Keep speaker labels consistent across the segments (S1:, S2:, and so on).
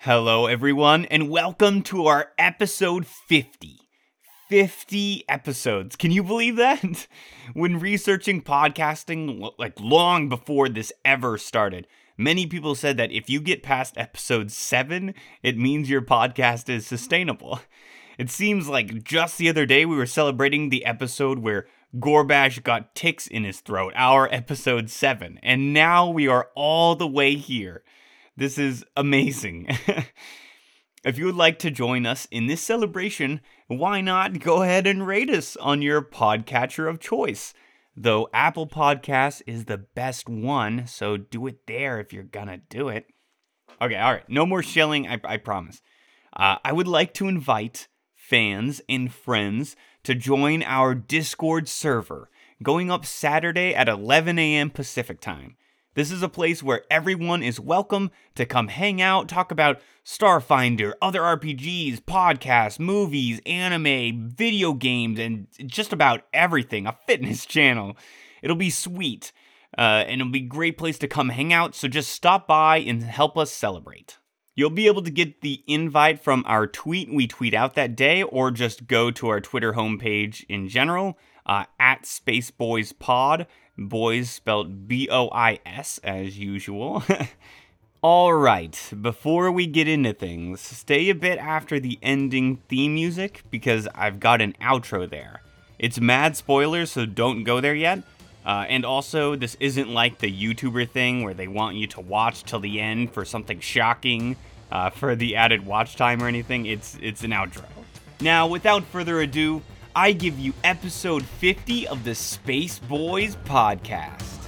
S1: Hello, everyone, and welcome to our episode 50. 50 episodes. Can you believe that? when researching podcasting, l- like long before this ever started, many people said that if you get past episode 7, it means your podcast is sustainable. It seems like just the other day we were celebrating the episode where Gorbash got ticks in his throat, our episode 7, and now we are all the way here. This is amazing. if you would like to join us in this celebration, why not go ahead and rate us on your podcatcher of choice? Though Apple Podcasts is the best one, so do it there if you're gonna do it. Okay, all right, no more shelling, I, I promise. Uh, I would like to invite fans and friends to join our Discord server going up Saturday at 11 a.m. Pacific time. This is a place where everyone is welcome to come hang out, talk about Starfinder, other RPGs, podcasts, movies, anime, video games, and just about everything. A fitness channel. It'll be sweet, uh, and it'll be a great place to come hang out. So just stop by and help us celebrate. You'll be able to get the invite from our tweet we tweet out that day, or just go to our Twitter homepage in general uh, at SpaceBoysPod. Boys spelled B O I S as usual. All right, before we get into things, stay a bit after the ending theme music because I've got an outro there. It's mad spoilers, so don't go there yet. Uh, and also, this isn't like the YouTuber thing where they want you to watch till the end for something shocking, uh, for the added watch time or anything. It's it's an outro. Now, without further ado, I give you episode 50 of the Space Boys podcast.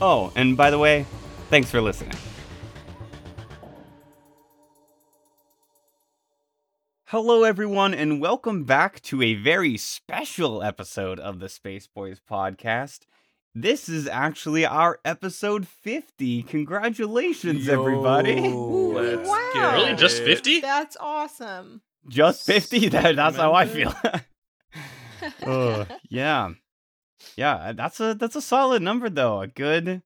S1: Oh, and by the way, thanks for listening. Hello, everyone, and welcome back to a very special episode of the Space Boys podcast. This is actually our episode 50. Congratulations, everybody.
S2: Let's
S3: Wow.
S2: get
S3: Really?
S2: it.
S4: Just 50?
S3: That's awesome.
S1: Just 50? That, that's how I feel. Ugh, yeah. Yeah, that's a that's a solid number though. A good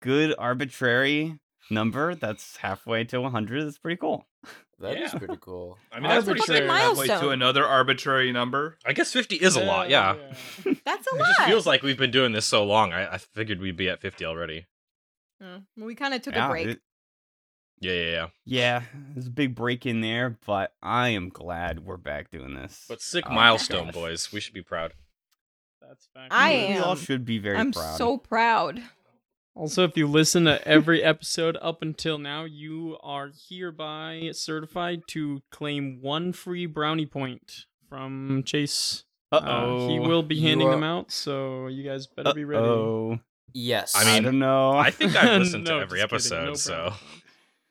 S1: good arbitrary number that's halfway to 100. That's pretty cool.
S5: That is
S4: Yeah.
S5: pretty cool.
S2: I mean, that's pretty
S3: Fucking
S2: straight halfway to
S3: milestone.
S2: another arbitrary number.
S4: I guess 50 is a lot, yeah.
S3: That's a
S4: It
S3: lot.
S4: just feels like we've been doing this so long. I, I figured we'd be at 50 already.
S3: Mm, we kind of took
S1: yeah,
S3: a break.
S1: it-
S4: Yeah, yeah, yeah.
S1: yeah, there's a big break in there, but I am glad we're back doing this.
S4: But sick
S1: Oh my
S4: milestone,
S1: gosh.
S4: boys. We should be proud.
S6: That's fact.
S3: I
S1: we, we all
S3: am.
S1: should be very
S3: I'm
S1: proud.
S3: so proud.
S6: Also, if you listen to every episode up until now, you are hereby certified to claim one free brownie point from Chase.
S1: Uh-oh.
S6: Uh, he will be
S5: You
S6: handing
S5: are-
S6: them out, so you guys better be ready.
S1: Oh,
S5: Yes.
S4: I
S1: I
S4: mean-
S1: don't know.
S4: I think I've listened
S6: No,
S4: to every
S6: just
S4: episode,
S6: kidding. No
S4: so.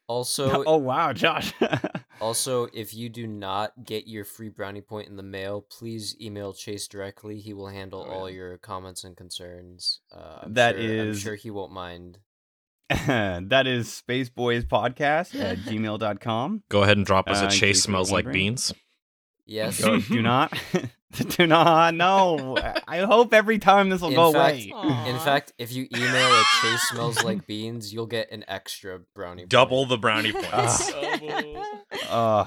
S5: also,
S1: oh wow, Josh.
S5: also, if you do not get your free brownie point in the mail, please email Chase directly. He will handle
S6: Oh,
S5: all
S6: yeah.
S5: your comments and concerns. Uh, I'm
S1: That
S5: sure, I'm
S1: is-
S5: sure he won't mind.
S1: that is spaceboyspodcast at gmail.com.
S4: Go ahead and drop us
S1: Uh,
S4: a
S1: in
S4: chase
S1: case you're
S4: smells like
S1: wondering.
S4: beans.
S5: Yes.
S1: Go- do not. do not. No. I hope every time this will
S5: In
S1: go
S5: fact-
S1: away.
S5: in
S3: Aw.
S5: fact, if you email a Chase smells like beans, you'll get an extra brownie.
S4: Double
S5: point.
S4: the brownie points.
S3: Ah,
S1: Uh,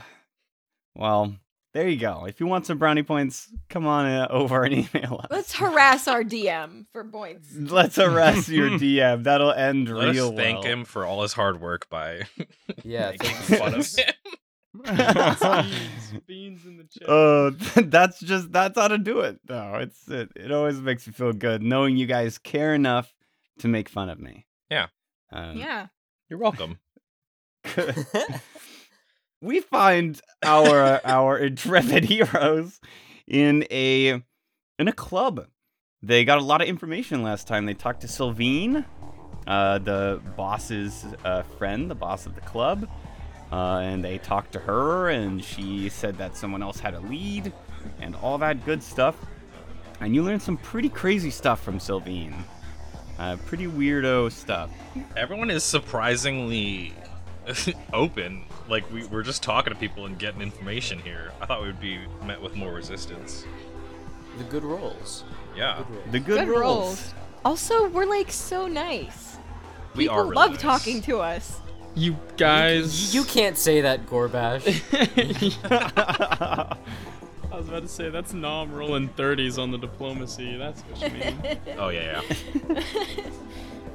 S1: well, there you go. If you want some brownie points, come on uh, over and email us.
S3: Let's harass our DM for points.
S1: Let's arrest your DM. That'll end
S4: Let
S1: real
S4: us thank
S1: well.
S4: him for all his hard work by
S5: Yeah.
S4: making
S5: thank you.
S4: fun of him.
S6: beans, beans in the chest.
S1: Uh, that's just that's how to do it. No, it's it, it always makes me feel good knowing you guys care enough to make fun of me.
S4: Yeah.
S1: Um,
S3: Yeah.
S4: You're welcome.
S1: we find our our intrepid heroes in a in a club. They got a lot of information last time. They talked to Sylvine, uh, the boss's uh, friend, the boss of the club, uh, and they talked to her, and she said that someone else had a lead, and all that good stuff. And you learned some pretty crazy stuff from Sylvine. Uh, pretty weirdo stuff.
S4: Everyone is surprisingly open. Like, we, we're just talking to people and getting information here. I thought we would be met with more resistance.
S5: the good rolls.
S4: Yeah.
S5: Good rolls.
S1: The good,
S3: Good rolls. Also, we're like so nice.
S4: We
S3: People
S4: are really
S3: love
S4: nice.
S3: talking to us.
S6: You
S5: Y-
S6: guys.
S5: You can't say that, Gorbash.
S6: I was about to say that's Nom rolling thirties on the diplomacy. That's what you mean.
S4: Oh yeah, yeah.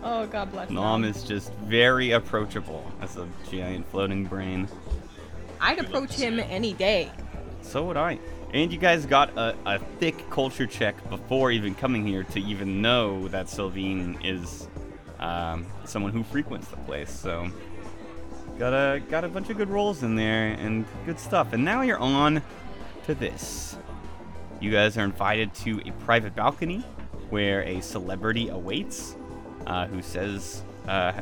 S3: Oh, God bless.
S1: Nom is just very approachable as a giant floating brain.
S3: I'd approach him any day.
S1: So would I. And you guys got a, a thick culture check before even coming here to even know that Sylvine is um, someone who frequents the place. So got a got a bunch of good rolls in there and good stuff. And now you're on to this. You guys are invited to a private balcony where a celebrity awaits, uh, who says uh,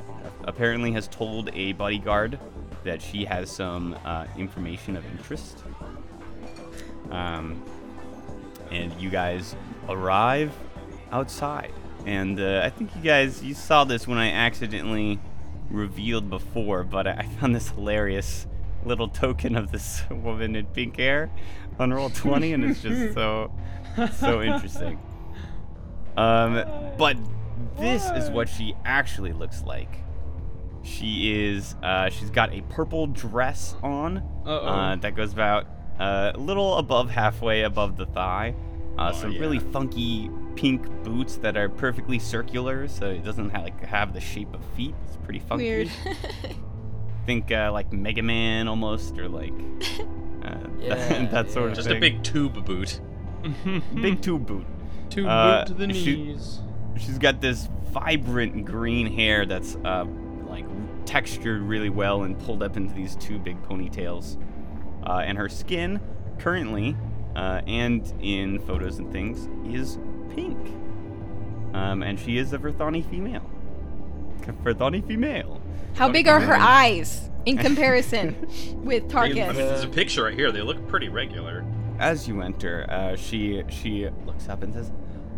S1: apparently has told a bodyguard that she has some uh, information of interest. Um, and you guys arrive outside. And uh, I think you guys, you saw this when I accidentally revealed before, but I I found this hilarious little token of this woman in pink hair on roll 20, and it's just so, so interesting. Um, but this is what she actually looks like. She is, uh, she's got a purple dress on,
S6: Uh-oh.
S1: uh, that goes about uh, a little above halfway above the thigh. Uh,
S4: Oh,
S1: some
S4: yeah.
S1: really funky pink boots that are perfectly circular, so it doesn't ha- like have the shape of feet. It's pretty funky.
S3: Weird.
S1: Think uh, like Mega Man almost, or like uh,
S5: Yeah,
S1: that, that sort
S5: yeah.
S1: of
S4: Just a
S1: thing. Hmm.
S4: big tube boot.
S1: big tube boot.
S6: Two
S1: uh,
S6: boot to the
S1: shoot-
S6: knees.
S1: She's got this vibrant green hair that's uh, like textured really well and pulled up into these two big ponytails. Uh, and her skin, currently, uh, and in photos and things, is pink. Um, and she is a Verthani female. Verthani female.
S3: How big are her eyes in comparison with
S4: I mean, I mean,
S3: Tarkus?
S4: there's a picture right here. They look pretty regular.
S1: As you enter, uh, she she looks up and says,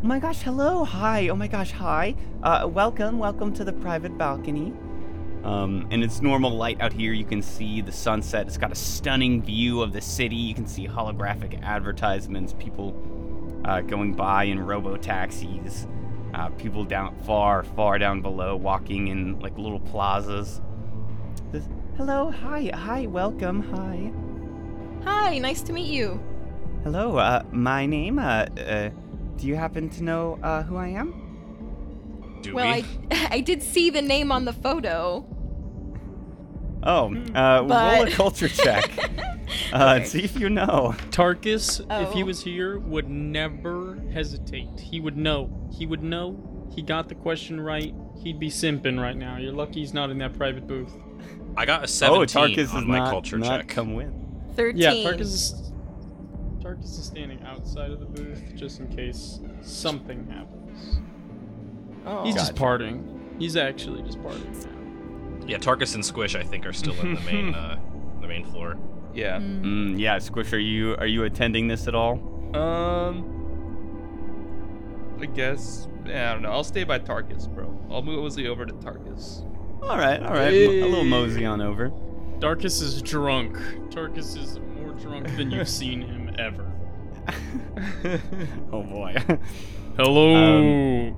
S1: "Oh my gosh, hello, hi, oh my gosh, hi, uh, welcome, welcome to the private balcony." Um, and it's normal light out here. You can see the sunset. It's got a stunning view of the city. You can see holographic advertisements, people uh, going by in robo taxis, uh, people down far, far down below walking in like little plazas. This, hello, hi, hi, welcome, hi.
S3: Hi, nice to meet you.
S1: Hello, uh, my name, uh, uh, do you happen to know, uh, who I am?
S4: Do
S3: Well,
S4: we?
S3: I I did see the name on the photo.
S1: Oh, uh, roll a
S3: But-
S1: culture check. uh,
S3: Okay.
S1: see if you know.
S6: Tarkus, if he
S3: Oh.
S6: was here, would never hesitate. He would know. He would know. He got the question right. He'd be simping right now. You're lucky he's not in that private booth.
S4: I got a 17
S1: Oh, Tarkus
S4: on
S1: is
S4: my
S1: not,
S4: culture
S1: not
S4: check.
S1: come win.
S3: Thirteen.
S6: Yeah, Tarkus is. Tarkus is standing outside of the booth just in case something happens.
S3: Oh.
S6: He's just partying. He's actually just partying.
S4: Yeah, Tarkus and Squish I think are still in the main uh, the main floor.
S2: Yeah.
S3: Mm.
S1: Mm, yeah, Squish, are you, are you attending this at all?
S2: Um. I guess. Yeah, I don't know. I'll stay by Tarkus, bro. I'll move Ozzy over to Tarkus.
S1: All right, all right, a little mosey on over.
S6: Darkus is drunk. Tarkus is more drunk than you've seen him ever.
S1: Oh boy.
S6: Hello.
S5: Um,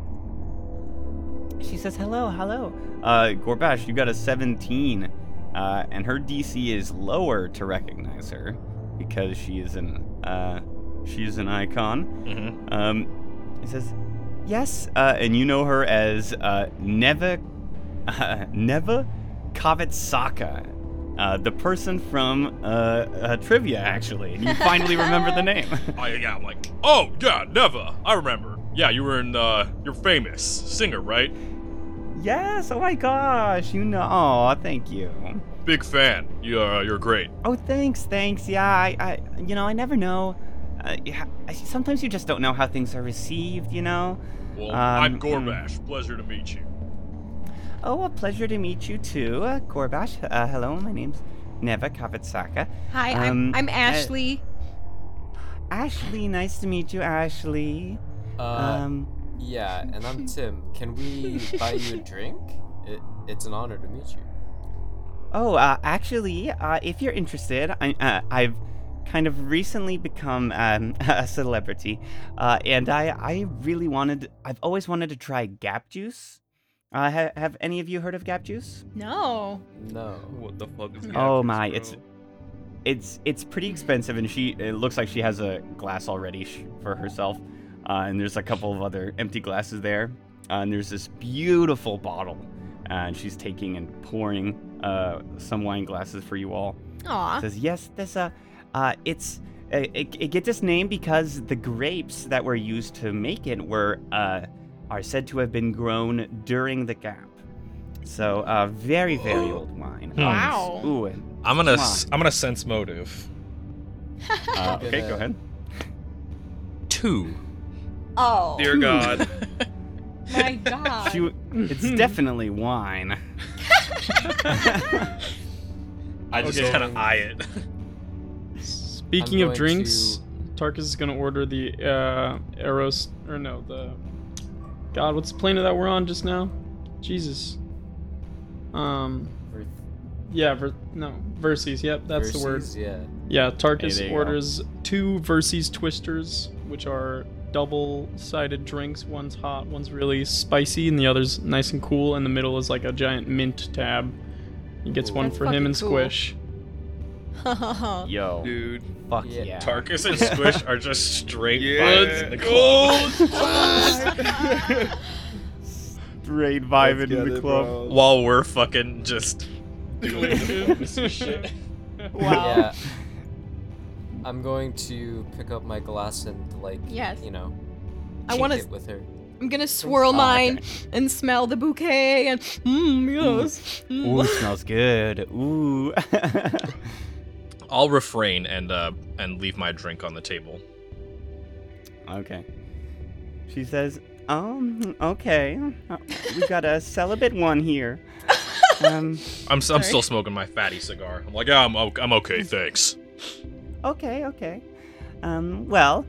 S1: she says, hello, hello. Uh, Gorbash, you got a 17, uh, and her DC is lower to recognize her because she is an, uh, she is an icon.
S4: Mm-hmm.
S1: Um, it says, "Yes," uh, and you know her as uh, Neva uh, Neva Kovitsaka, uh, the person from uh, uh, trivia, actually. And you finally remember the name.
S4: Oh yeah, I'm like, oh yeah, never. I remember. Yeah, you were in. Uh, you're famous singer, right?
S1: yes. Oh my gosh. You know. Oh, thank you.
S4: Big fan. You're uh, you're great.
S1: Oh, thanks, thanks. Yeah, I, I you know, I never know. Uh, yeah, I- sometimes you just don't know how things are received, you know.
S4: Well,
S1: Um,
S4: I'm
S1: mm.
S4: Gorbash. Pleasure to meet you.
S1: Oh, a pleasure to meet you too, uh, Gorbash. Uh, hello, my name's Neva Kovitsaka.
S3: Hi,
S1: Um,
S3: I'm I'm
S1: uh,
S3: Ashley.
S1: Ashley, nice to meet you, Ashley.
S5: Uh,
S1: Um,
S5: yeah, and I'm Tim. Can we buy you a drink? It, it's an honor to meet you.
S1: oh, uh, actually, uh, if you're interested, I, uh, I've kind of recently become um, a celebrity, uh, and I, I really wanted, I've always wanted to try Gap Juice. Uh, ha- have any of you heard of Gap Juice?
S3: No.
S5: No.
S2: What the fuck is
S3: Oh
S2: Gaffney's,
S1: my,
S2: bro?
S1: it's- It's it's pretty expensive, and she it looks like she has a glass already sh- for herself. Uh, and there's a couple of other empty glasses there. Uh, and there's this beautiful bottle, uh, and she's taking and pouring uh, some wine glasses for you all.
S3: Aw.
S1: says yes this uh, uh it's it, it it gets its name because the grapes that were used to make it were uh are said to have been grown during the gap so uh very very old wine Um,
S3: Wow.
S1: s- ooh and,
S4: I'm gonna
S1: Come
S4: s- I'm gonna sense motive.
S1: uh,
S5: Good,
S1: okay go
S5: uh,
S1: ahead
S4: Two.
S3: Oh.
S2: Dear God.
S3: My God.
S1: she, w- it's definitely wine
S4: I just
S2: Okay.
S4: kind of eye it.
S5: I'm
S6: Speaking of
S5: going
S6: drinks,
S5: to-
S6: Tarkus is gonna order the uh Eros or no the God, what's the planet that we're on just now? Jesus. Um.
S5: Ver-
S6: Yeah. Ver- no. Verses. Yep, that's the word.
S5: versus, Yeah.
S6: Yeah.
S1: Hey,
S6: Tarkus
S1: there you go.
S6: orders two Verses twisters, which are double-sided drinks. One's hot, one's really spicy, and the other's nice and cool. And the middle is like a giant mint tab. He gets
S5: Ooh.
S6: one
S3: That's
S6: for him
S3: fucking
S6: and
S3: cool.
S6: Squish.
S1: yo
S2: Dude.
S1: fuck
S5: Yeah.
S1: yeah,
S4: Tarkus and Squish are just straight
S2: Yeah.
S4: vibes in the
S2: Let's
S4: club.
S1: straight vibe
S2: Let's
S1: in
S2: get
S1: the
S2: it,
S1: club
S2: bro.
S4: While we're fucking just
S3: wow.
S5: Yeah. I'm going to pick up my glass and like
S3: Yes.
S5: you know.
S3: I
S5: shake
S3: wanna-
S5: it with her.
S3: I'm gonna swirl
S1: okay.
S3: mine and smell the bouquet and mmm yes. Mm.
S1: ooh smells good ooh
S4: I'll refrain and uh and leave my drink on the table.
S1: Okay. She says, um, okay. Uh, We've got a celibate one here. Um,
S4: I'm, s- I'm
S3: Sorry.
S4: still smoking my fatty cigar. I'm like, yeah, I'm, o- I'm okay, thanks.
S1: okay, okay. Um, well,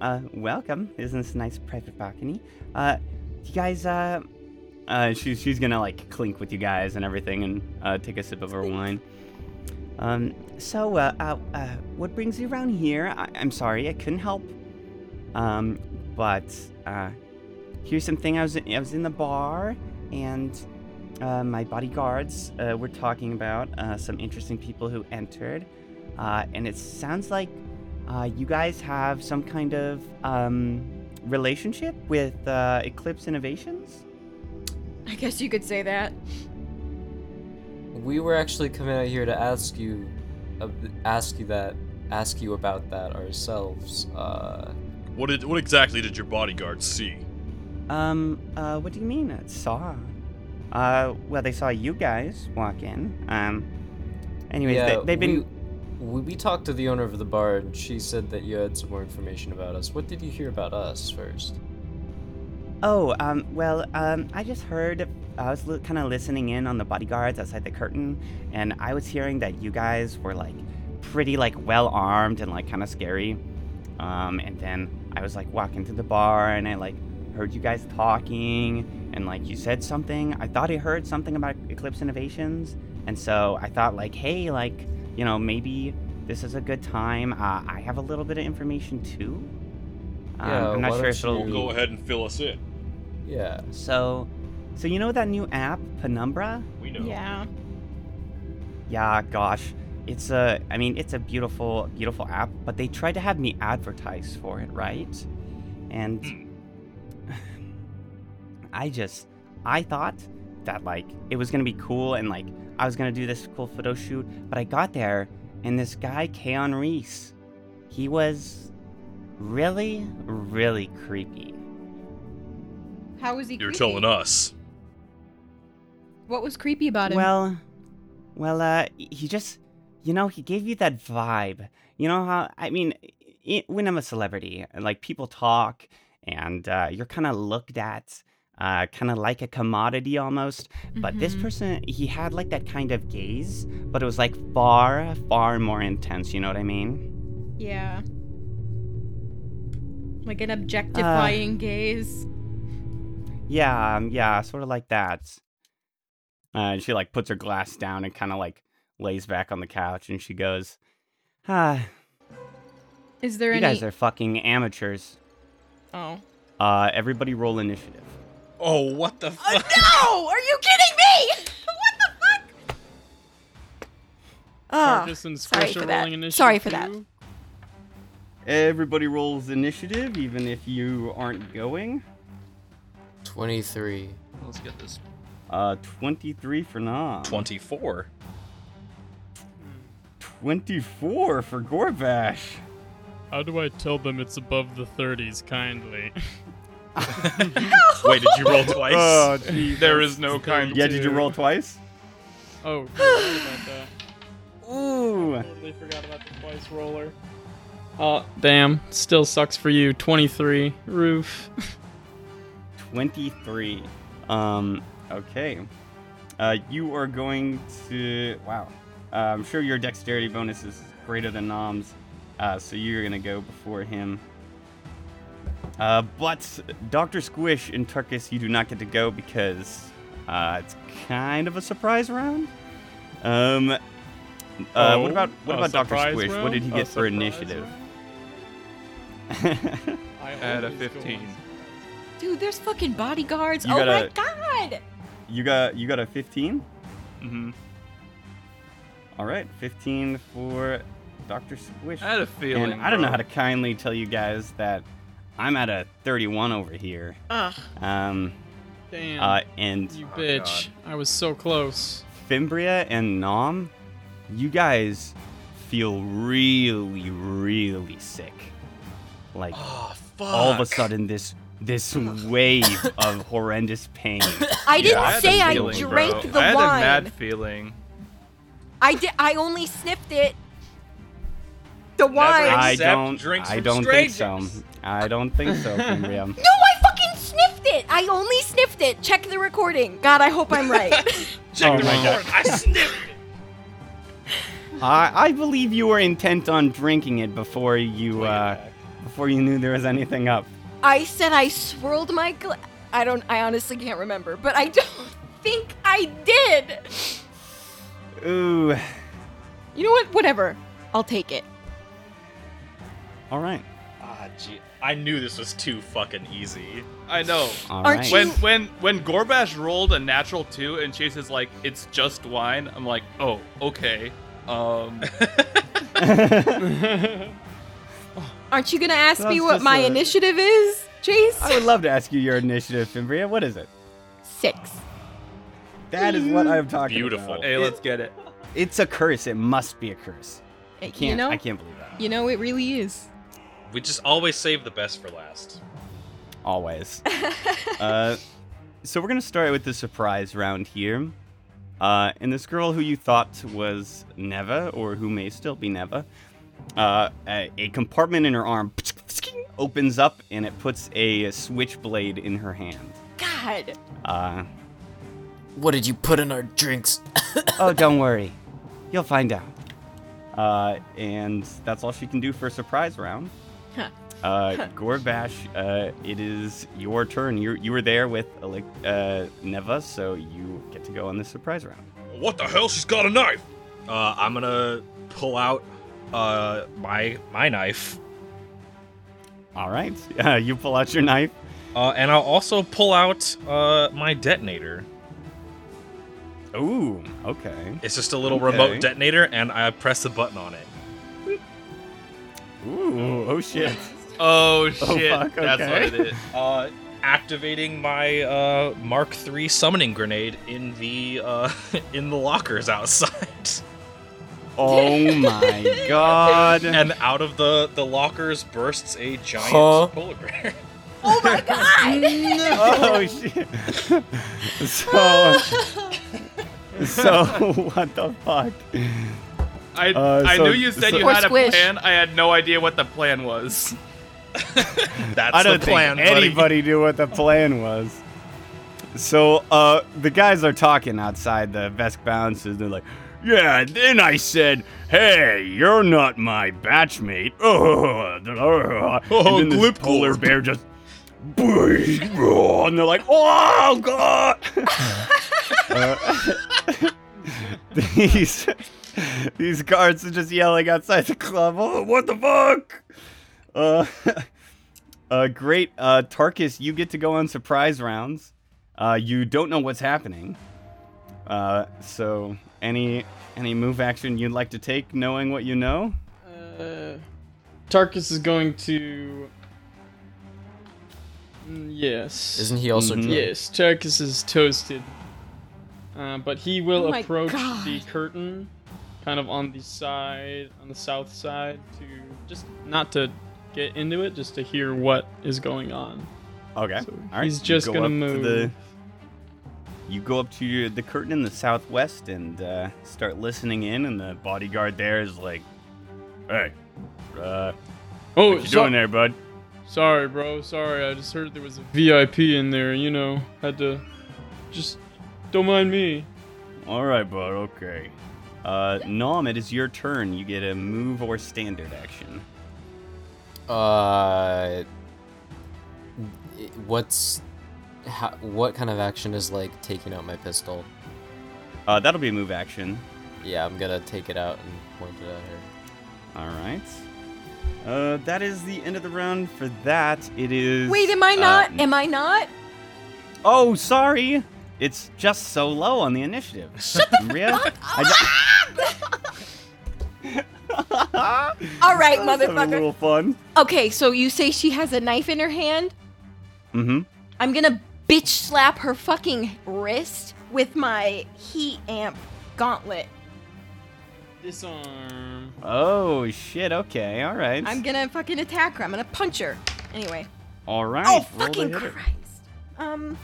S1: uh, welcome. Isn't this a nice private balcony? Uh, you guys, uh, uh, she's, she's gonna like clink with you guys and everything and, uh, take a sip of her wine. Um, so, uh, uh, uh what brings you around here? I- I'm sorry, I couldn't help. Um, but, uh, here's something I was in, I was in the bar and uh, my bodyguards uh, were talking about uh, some interesting people who entered uh, and it sounds like uh, you guys have some kind of um, relationship with uh, Eclipse Innovations.
S3: I guess you could say that.
S5: We were actually coming out here to ask you, uh, ask you that, ask you about that ourselves. Uh,
S4: What did what exactly did your bodyguard see?
S1: Um, uh, what do you mean? It saw. Uh, well, they saw you guys walk in. Um, anyways,
S5: yeah,
S1: they, they've been.
S5: We, we, we talked to the owner of the bar, and she said that you had some more information about us. What did you hear about us first?
S1: Oh, um, well, um, I just heard. I was li- kind of listening in on the bodyguards outside the curtain, and I was hearing that you guys were like pretty like well armed and like kind of scary. Um, and then I was like walking to the bar, and I like heard you guys talking, and like you said something. I thought I heard something about Eclipse Innovations, and so I thought like, hey, like you know maybe this is a good time. Uh, I have a little bit of information too. Um,
S5: Yeah,
S1: I'm
S5: why
S1: not sure
S5: don't
S1: if it'll
S5: you- Go
S4: ahead and fill us in.
S5: Yeah.
S1: so, so you know that new app, Penumbra?
S4: We know.
S3: Yeah.
S1: Yeah, gosh, it's a. I mean, it's a beautiful, beautiful app. But they tried to have me advertise for it, right? And I just, I thought that like it was gonna be cool and like I was gonna do this cool photo shoot. But I got there, and this guy Keon Reese, he was really, really creepy.
S3: How was he?
S4: You're
S3: creepy?
S4: telling us.
S3: What was creepy about him?
S1: Well, well, uh, he just, you know, he gave you that vibe. You know how, I mean, i when I'm a celebrity, like people talk and uh, you're kind of looked at, uh, kind of like a commodity almost. But this
S3: Mhm.
S1: person, he had like that kind of gaze, but it was like far, far more intense. You know what I mean?
S3: Yeah. Like an objectifying
S1: Uh.
S3: gaze.
S1: Yeah, um, yeah, sort of like that. Uh, and she like puts her glass down and kind of like lays back on the couch and she goes, ah.
S3: Is there
S1: You
S3: any?
S1: guys are fucking amateurs.
S3: Oh.
S1: Uh, everybody roll initiative.
S4: Oh, what the
S3: Uh,
S4: fuck?
S3: no! Are you kidding me? what the fuck? Oh,
S6: Tarkus and
S3: sorry
S6: Squish
S3: for
S6: are
S3: that.
S6: rolling initiative.
S3: Sorry for that.
S6: too.
S1: Everybody rolls initiative, even if you aren't going.
S5: 23.
S2: Let's get this.
S1: Uh, 23 for Nam.
S4: 24.
S1: 24 for Gorbash.
S6: How do I tell them it's above the 30s, kindly?
S4: Wait, did you roll twice?
S2: Oh, There is no kind.
S1: Yeah, did you roll twice?
S6: Oh, forgot about that.
S1: Ooh.
S6: Totally forgot about the twice roller. Uh, damn. Still sucks for you. 23. Roof.
S1: 23. Um, okay. Uh, you are going to. Wow. Uh, I'm sure your dexterity bonus is greater than Nom's, uh, so you're going to go before him. Uh, but Dr. Squish and Turkus, you do not get to go because uh, it's kind of a surprise round. Um, uh,
S6: Oh,
S1: what about what
S6: a
S1: about Dr.
S6: surprise
S1: Squish? What
S6: round?
S1: did he
S6: A
S1: get for
S6: surprise
S1: initiative?
S6: round? I
S2: At a
S6: always go
S2: 15.
S6: once.
S3: dude, there's fucking bodyguards.
S1: You
S3: oh
S1: gotta-
S3: my god!
S1: you got you got a 15.
S2: Mm-hmm.
S1: All right, 15 for Dr. Squish.
S2: I had a feeling.
S1: and I don't know
S2: bro.
S1: how to kindly tell you guys that I'm at a 31 over here.
S3: Ugh.
S1: Um,
S6: Damn.
S1: uh, and
S6: you bitch. I was so close.
S1: Fimbria and Nom, you guys feel really, really sick. Like
S4: Oh, fuck.
S1: all of a sudden, this this wave of horrendous pain.
S3: I didn't
S2: I had
S3: say
S2: a
S3: I
S2: feeling,
S3: drank
S2: bro.
S3: the
S2: I had
S3: wine.
S2: a mad feeling.
S3: I did. I only sniffed it. The wine.
S4: Never
S1: I
S4: accept
S1: don't.
S4: drinks
S1: I
S4: from
S1: don't think so.
S4: strangers.
S1: I don't think so, Fimbria.
S3: No, I fucking sniffed it. I only sniffed it. Check the recording. God, I hope I'm right.
S4: Check
S1: Oh
S4: the
S1: my
S4: record. I sniffed it.
S1: I, I believe you were intent on drinking it before you uh, before you knew there was anything up.
S3: I said I swirled my gla- I don't. I honestly can't remember, but I don't think I did.
S1: Ooh.
S3: You know what? Whatever. I'll take it.
S1: All right.
S4: Ah, gee. I knew this was too fucking easy.
S2: I know.
S1: All right.
S3: Aren't you-
S2: When when when Gorbash rolled a natural two and Chase is like, it's just wine. I'm like, oh, okay. Um,
S3: Aren't you gonna ask me
S1: That's
S3: what
S1: just
S3: my
S1: a-
S3: initiative is, Chase?
S1: I would love to ask you your initiative, Fimbria. What is it?
S3: Six.
S1: That is
S3: Mm-hmm.
S1: what I'm talking
S4: Beautiful.
S1: about.
S2: hey, let's get it.
S1: It's a curse. It must be a curse.
S3: Uh,
S1: Can't,
S3: you know.
S1: I can't believe that.
S3: You know it really is.
S4: We just always save the best for last.
S1: Always. uh, so we're gonna start with the surprise round here. Uh, and this girl who you thought was Neva, or who may still be Neva, uh, a, a compartment in her arm opens up and it puts a switchblade in her hand.
S3: God.
S1: Uh,
S5: What did you put in our drinks?
S1: oh, don't worry. You'll find out. Uh, and that's all she can do for a surprise round.
S3: Huh.
S1: Uh, Gorbash, uh, it is your turn. You you were there with Alec- uh, Neva, so you get to go on the surprise round.
S4: What the hell? She's got a knife. Uh, I'm gonna pull out uh my my knife.
S1: All right, uh, you pull out your knife.
S4: Uh, and I'll also pull out uh my detonator.
S1: Ooh, okay.
S4: It's just a little
S1: Okay.
S4: remote detonator, and I press the button on it.
S1: Ooh, oh shit.
S2: Oh shit,
S1: fuck,
S2: that's what
S1: okay.
S2: it is.
S4: Uh, activating my uh Mark III summoning grenade in the uh in the lockers outside.
S1: oh my god.
S4: and out of the the lockers bursts a giant
S5: Huh?
S4: polar bear.
S3: Oh my God.
S1: Oh shit. so so what the fuck?
S2: I
S1: Uh,
S2: I
S1: so-
S2: knew you said
S1: so-
S2: you
S3: Or
S2: had a
S3: squish.
S2: plan. I had no idea what the plan was.
S4: That's
S1: I don't
S4: the plan,
S1: think
S4: buddy.
S1: anybody knew what the plan was. So uh, the guys are talking outside the Vesk bounces. They're like, "Yeah." Then I said, "Hey, you're not my batchmate." Oh,
S4: Oh,
S1: and then this
S4: glip
S1: polar
S4: glip.
S1: bear just, and they're like, "Oh God!" Uh, these these guards are just yelling outside the club. Oh, what the fuck? Uh, uh, great. Uh, Tarkus, you get to go on surprise rounds. Uh, you don't know what's happening. Uh, so any any move action you'd like to take, knowing what you know?
S6: Uh, Tarkus is going to. Mm, Yes.
S5: Isn't he also
S1: Mhm.
S5: drunk?
S6: Yes, Tarkus is toasted. Uh, but he will
S3: Oh my
S6: approach
S3: God.
S6: the curtain, kind of on the side, on the south side, to just not to get into it, just to hear what is going on.
S1: Okay.
S6: So
S1: All right.
S6: he's
S1: you
S6: just
S1: go
S6: gonna
S1: up to the-
S6: move.
S1: you go up to your, the curtain in the southwest and uh, start listening in, and the bodyguard there is like, "Hey, uh,
S6: Oh,
S1: what you
S6: so-
S1: doing there, bud?"
S6: sorry, bro. Sorry, I just heard there was a VIP in there. You know, had to. Just don't mind me.
S1: All right, bud. Okay. Uh, Nom, it is your turn. You get a move or standard action.
S5: Uh, i- what's how, what kind of action is like taking out my pistol?
S1: Uh, that'll be a move action.
S5: Yeah, I'm gonna take it out and point it at her.
S1: All right. Uh, that is the end of the round. For that, it is.
S3: Wait, am I
S1: uh,
S3: not? am I not?
S1: Oh, sorry. It's just so low on the initiative. Shut the fuck
S3: All right,
S1: A
S3: motherfucker.
S1: little fun.
S3: Okay, so you say she has a knife in her hand.
S1: Mm-hmm.
S3: I'm gonna bitch slap her fucking wrist with my heat amp gauntlet.
S6: Disarm.
S1: Oh shit. Okay. All right.
S3: I'm gonna fucking attack her. I'm gonna punch her. Anyway.
S1: All right.
S3: Oh
S1: roll to
S3: fucking
S1: hit it.
S3: Christ. Um.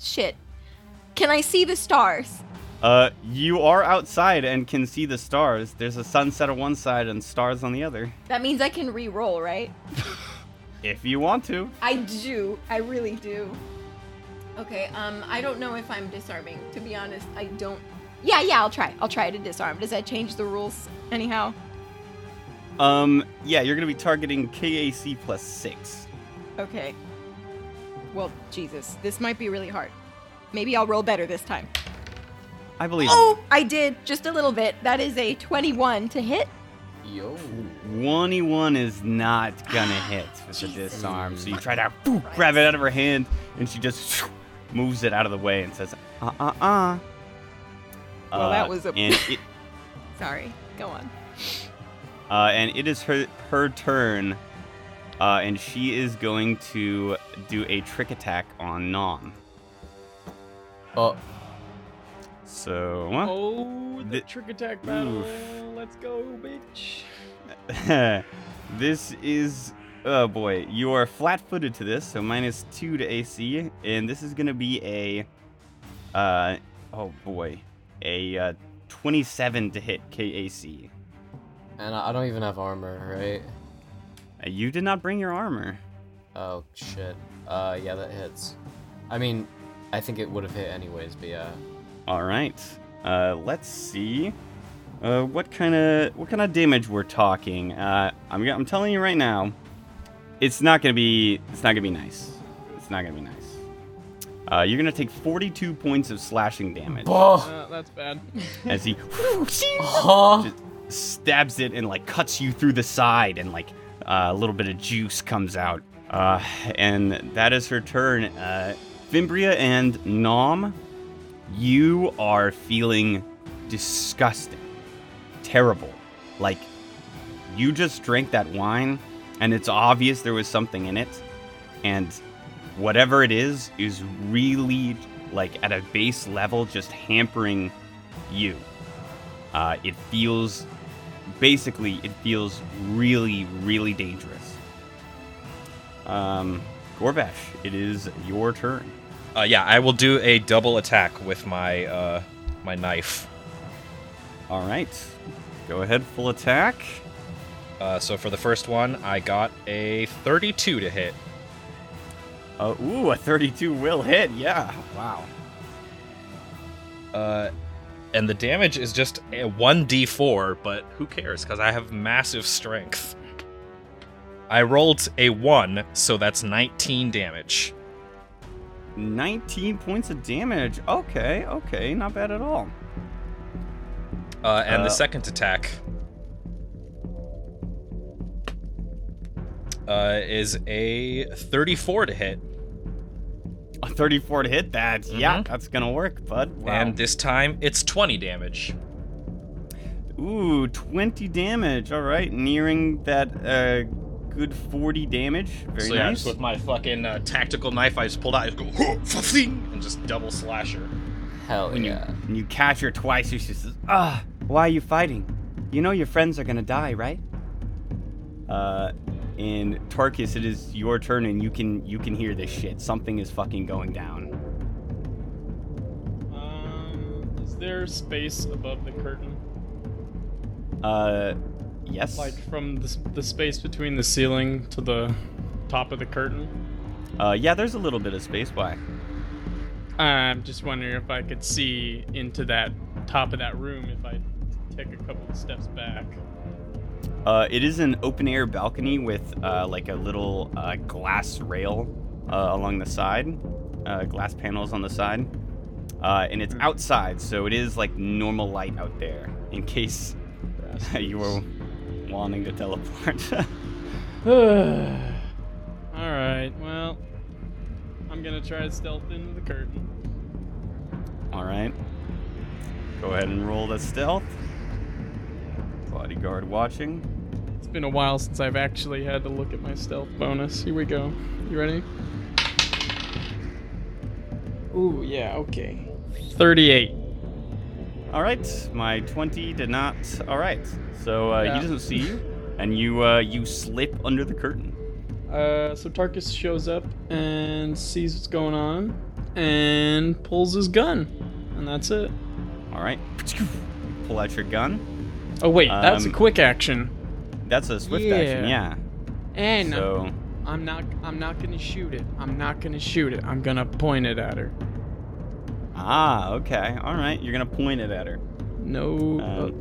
S3: Shit. Can I see the stars?
S1: Uh, you are outside and can see the stars. There's a sunset on one side and stars on the other.
S3: That means I can re-roll, right?
S1: If you want to.
S3: I do. I really do. Okay, um, I don't know if I'm disarming. To be honest, I don't. Yeah, yeah, I'll try. I'll try to disarm. Does that change the rules anyhow?
S1: Um, yeah, you're gonna be targeting KAC plus six.
S3: Okay. Well, Jesus, this might be really hard. Maybe I'll roll better this time.
S1: I believe.
S3: Oh, I did just a little bit. That is a 21 to hit.
S5: Yo.
S1: 21 E is not gonna hit with the disarm. So you try to boop, grab it out of her hand, and she just shoo, moves it out of the way and says, uh uh uh.
S3: Well, that was a-
S1: And it,
S3: Sorry. Go on.
S1: uh, and it is her her turn, uh, and she is going to do a trick attack on Nom.
S5: Oh,
S1: So
S6: Oh, the
S1: The-
S6: trick attack battle.
S1: Oof.
S6: Let's go, bitch.
S1: this is oh boy you are flat-footed to this so minus two to ac and this is gonna be a uh oh boy a uh, 27 to hit kac
S5: and I I don't even have armor, right?
S1: Uh, you did not bring your armor
S5: Oh shit. Uh, yeah, that hits. I mean, I think it would have hit anyways, but yeah.
S1: all right uh let's see uh what kind of what kind of damage we're talking uh I'm, I'm telling you right now it's not gonna be it's not gonna be nice it's not gonna be nice uh, you're gonna take 42 points of slashing damage.
S5: Oh,
S6: Uh, that's bad.
S1: as he
S2: Uh-huh.
S5: huh?
S1: stabs it and like cuts you through the side and like uh, a little bit of juice comes out uh, and that is her turn uh, fimbria and nom you are feeling disgusting terrible like you just drank that wine and it's obvious there was something in it and whatever it is is really like at a base level just hampering you uh, it feels basically it feels really really dangerous um gorbash it is your turn
S4: Uh, yeah, I will do a double attack with my uh, my knife.
S1: all right go ahead full attack
S4: Uh, so for the first one, I got a 32 to hit.
S1: uh, ooh a 32 will hit yeah wow
S4: Uh, and the damage is just a 1d4, but who cares? Because I have massive strength. I rolled a 1, so that's 19 damage.
S1: 19 points of damage okay okay not bad at all
S4: Uh,
S1: Uh,
S4: and the second attack uh, is a 34 to hit.
S1: A 34 to hit that. Yeah,
S4: Mhm.
S1: that's gonna work, bud. Wow.
S4: And this time it's 20 damage.
S1: Ooh, 20 damage. All right, nearing that uh, good 40 damage. Very
S4: so yeah,
S1: nice.
S4: just with my fucking uh, tactical knife I just pulled out, I just go, and just double slasher.
S5: Hell
S1: when
S5: yeah.
S1: you when you catch her twice, she says, "Ah, why are you fighting? You know your friends are gonna die, right?" Uh, and Tarkus, it is your turn, and you can you can hear this shit. Something is fucking going down.
S6: Um, is there space above the curtain?
S1: Uh, yes.
S6: Like from the, s- the space between the ceiling to the top of the curtain?
S1: Uh, yeah, there's a little bit of space. Why?
S6: I'm just wondering if I could see into that top of that room if I take a couple of steps back.
S1: Uh, it is an open air balcony with uh, like a little uh, glass rail uh, along the side, uh, glass panels on the side, uh, and it's outside, so it is like normal light out there. In case you were wanting to teleport.
S6: Alright, well, I'm gonna try to stealth into the curtain.
S1: All right, go ahead and roll the stealth. Bodyguard watching.
S6: It's been a while since I've actually had to look at my stealth bonus. Here we go. You ready? Ooh, yeah, okay. 38.
S1: All right, my twenty did not. All right, so uh,
S6: Yeah.
S1: he doesn't see you, and you uh, you slip under the curtain.
S6: Uh, so Tarkus shows up and sees what's going on and pulls his gun. And that's it.
S1: All right. Pull out your gun.
S6: Oh, wait, that's
S1: Um,
S6: a quick action.
S1: That's a swift action, yeah.
S6: Yeah. And
S1: So,
S6: I'm not I'm not gonna shoot it. I'm not gonna shoot it. I'm gonna point it at her.
S1: ah, okay. All right. You're going to point it at her.
S6: No uh,
S1: Um,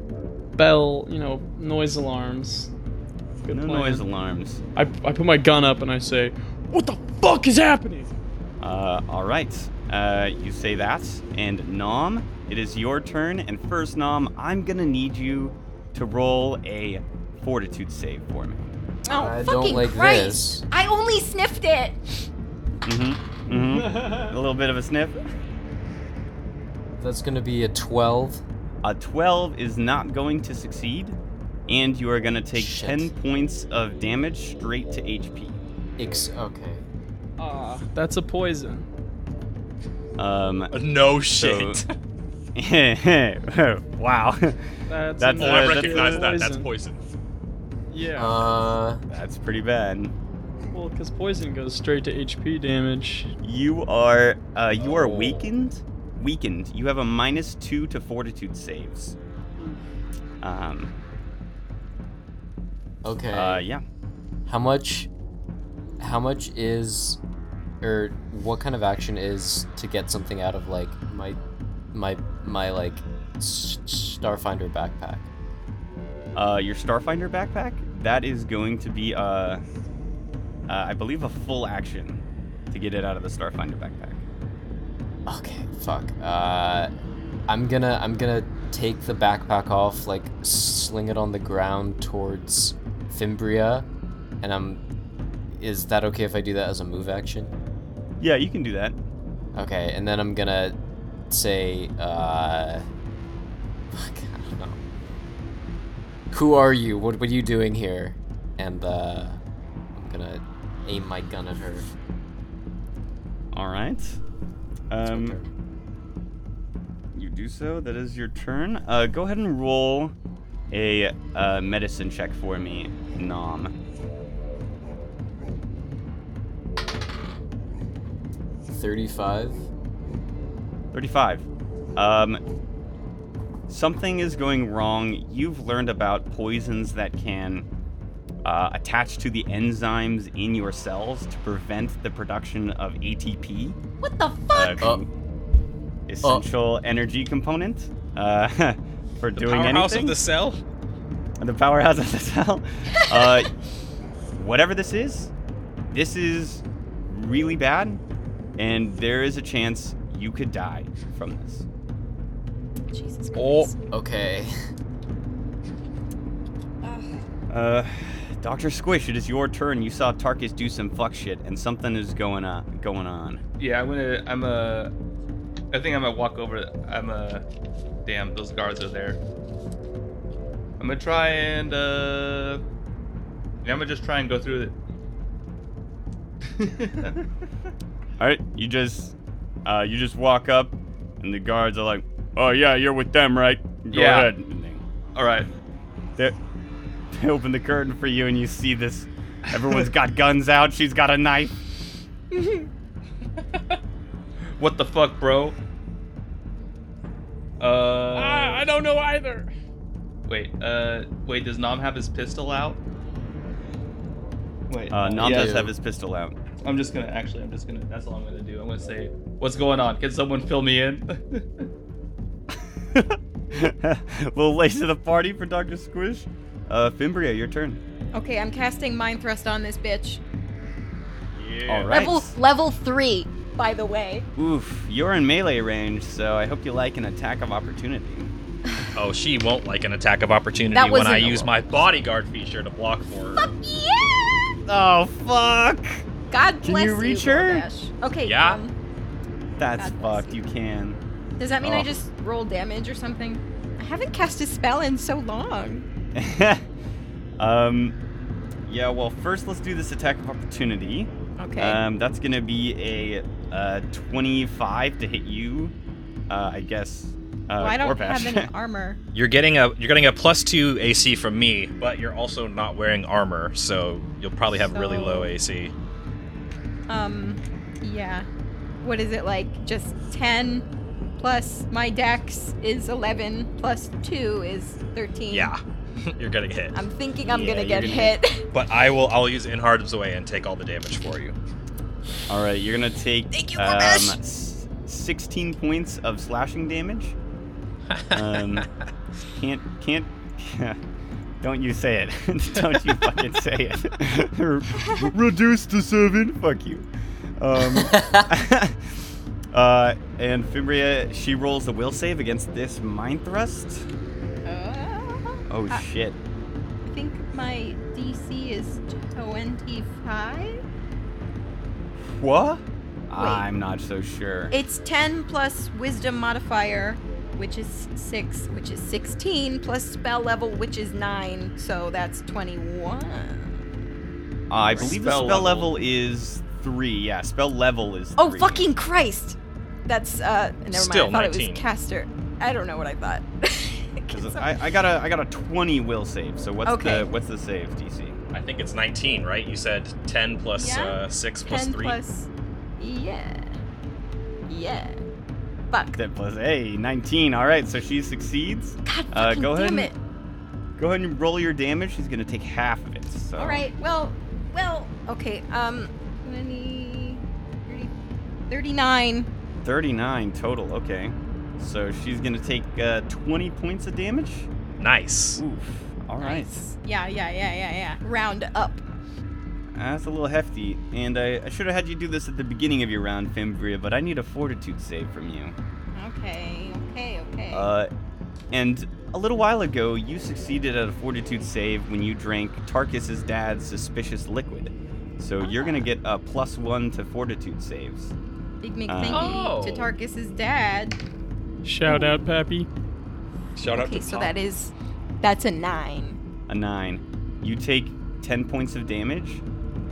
S6: bell, you know, noise alarms. Good
S1: no
S6: plan.
S1: noise alarms.
S6: I, I put my gun up and I say, What the fuck is happening?
S1: Uh, all right. Uh, you say that. And Nom, it is your turn. And first, Nom, I'm going to need you to roll a fortitude save for me.
S3: Oh,
S5: I don't
S3: fucking
S5: like
S3: Christ.
S5: this.
S3: I only sniffed it.
S1: Mm hmm. Mm hmm. a little bit of a sniff.
S5: That's gonna be a 12.
S1: A 12 is not going to succeed. And you are going to take
S5: Shit.
S1: 10 points of damage straight to HP.
S5: Ex- okay.
S6: Ah, that's a poison.
S1: Um,
S4: Uh, No
S1: shit.
S4: uh,
S1: wow.
S6: That's,
S1: That's-
S6: a
S1: I
S6: molecular
S1: recognize
S4: poison.
S6: Yeah,
S5: Uh,
S1: That's pretty bad.
S6: well, because poison goes straight to HP damage.
S1: You are uh, you are weakened. Weakened. You have a minus two to fortitude saves. Um.
S5: okay.
S1: Uh. Yeah.
S5: how much. How much is. Or what kind of action is to get something out of, like, my. My. My, like. s- Starfinder backpack?
S1: Uh. Your Starfinder backpack. That is going to be uh, uh, I believe a full action to get it out of the Starfinder backpack.
S5: Okay, fuck. Uh, I'm gonna I'm gonna take the backpack off, like sling it on the ground towards Fimbria, and I'm. Is that okay if I do that as a move action?
S1: Yeah, you can do that.
S5: Okay, and then I'm gonna say, uh, fuck, I don't know. Who are you? What what are you doing here? And uh, I'm gonna aim my gun at her.
S1: All right. Um. You do so. That is your turn. Uh, go ahead and roll a uh, medicine check for me, Nom.
S5: Thirty-five.
S1: 35. Um, something is going wrong. You've learned about poisons that can uh, attach to the enzymes in your cells to prevent the production of ATP,
S3: What the
S1: uh,
S3: fuck?
S5: Up.
S1: essential energy component, uh, for doing
S4: Powerhouse
S1: anything.
S4: of the cell?
S1: the powerhouse of the cell. Uh, whatever this is, this is really bad, and there is a chance you could die from this. Oh.
S4: Oh.
S3: Jesus Christ.
S5: Okay.
S1: Uh, Doctor Squish, it is your turn. You saw Tarkus do some fuck shit, and something is going on. Going on.
S2: Yeah, I'm gonna. I'm a. I think I'm gonna walk over. I'm a. Damn, those guards are there. I'm gonna try and. uh... Yeah, I'm gonna just try and go through it.
S1: All right, you just, uh, you just walk up, and the guards are like, "Oh yeah, you're with them, right? Go
S2: Yeah.
S1: ahead." And they-
S2: All right.
S1: They they open the curtain for you, and you see this. Everyone's got guns out. She's got a knife.
S2: What the fuck, bro? Uh.
S6: I don't know either.
S2: Wait. Uh. Wait. Does Nom have his pistol out? Wait.
S1: Uh, Nom
S2: yeah,
S1: does have his pistol out.
S2: I'm just gonna actually. I'm just gonna. That's all I'm gonna do. I'm gonna say, "What's going on? Can someone fill me in?"
S1: Little late to the party for Doctor Squish. Uh, Fimbria, your turn.
S3: Okay, I'm casting Mind Thrust on this bitch.
S1: All right.
S3: Level level three, by the way.
S1: Oof, you're in melee range, so I hope you like an attack of opportunity.
S4: Oh, she won't like an attack of opportunity
S3: That
S4: when I
S3: wasn't-
S4: use my bodyguard feature to block for her.
S3: Yeah.
S1: Oh fuck!
S3: God bless
S1: Can you reach her?
S3: Goldash. Okay.
S4: Yeah.
S3: Um,
S1: That's
S3: God bless
S1: fucked. You can.
S3: does that mean
S1: Oh.
S3: I just roll damage or something? I haven't cast a spell in so long.
S1: um, yeah, well, first let's do this attack of opportunity.
S3: Okay.
S1: Um, that's going to be a uh, 25 to hit you, uh, I guess. Uh,
S3: well, I
S1: or
S3: don't
S1: pass.
S3: have any armor.
S4: You're getting a you're getting a plus two AC from me, but you're also not wearing armor, so you'll probably have really
S3: So-
S4: low AC.
S3: Um, yeah. What is it like? Just 10 plus my dex is 11 plus 2 is 13.
S4: Yeah, you're getting hit.
S3: I'm thinking I'm
S1: Yeah,
S3: gonna
S1: you're
S3: get
S1: gonna
S3: hit.
S4: But I will I'll use in harm's way and take all the damage for you.
S1: All right, you're going to take
S3: Thank you,
S1: um,
S3: Gorbash.
S1: s- 16 points of slashing damage. Um, can't, can't, don't you say it. don't you fucking say it. Re- Reduce to seven. Fuck you. Um, uh, and Fimbria, she rolls the will save against this mind thrust.
S3: Uh,
S1: Oh
S3: Uh,
S1: shit.
S3: I think my DC is 25.
S1: What? I'm not so sure.
S3: It's 10 plus wisdom modifier, which is 6, which is 16, plus spell level, which is 9, so that's 21.
S1: I believe the
S2: Spell
S1: spell level.
S2: level.
S1: is three. Yeah, spell level is.
S3: Oh,
S1: three.
S3: fucking Christ! That's, uh, never mind.
S4: Still
S3: I thought it
S4: 19.
S3: was caster. I don't know what I thought.
S1: 'Cause I, I got a I got a 20 will save. So what's
S3: Okay.
S1: the what's the save DC?
S4: I think it's 19, right? You said 10 plus
S3: Yeah.
S4: uh, 6 plus
S3: 10
S4: 3.
S3: plus. Yeah. Yeah. Fuck.
S1: That plus a 19. All right, so she succeeds.
S3: God fucking
S1: Uh, go ahead
S3: damn
S1: and-
S3: it.
S1: Go ahead and roll your damage. She's gonna take half of it. So.
S3: All right. Well, well, okay. Um 20 30, 39.
S1: 39 total. Okay. So she's gonna take uh, 20 points of damage.
S4: Nice.
S1: Oof. All right.
S3: Yeah, yeah, yeah, yeah, yeah. Round up.
S1: That's a little hefty, and I, I should have had you do this at the beginning of your round, Fimbria, but I need a fortitude save from you.
S3: Okay. Okay, okay.
S1: Uh, and a little while ago, you succeeded at a fortitude save when you drank Tarkus's dad's suspicious liquid. So you're gonna get a plus one to fortitude saves.
S3: Big Mick,
S1: uh,
S3: thank
S4: Oh.
S3: you to Tarkus's dad.
S6: Shout out, Pappy.
S4: Shout out
S3: okay,
S4: to
S3: so that is that's a 9.
S1: A nine. You take ten points of damage,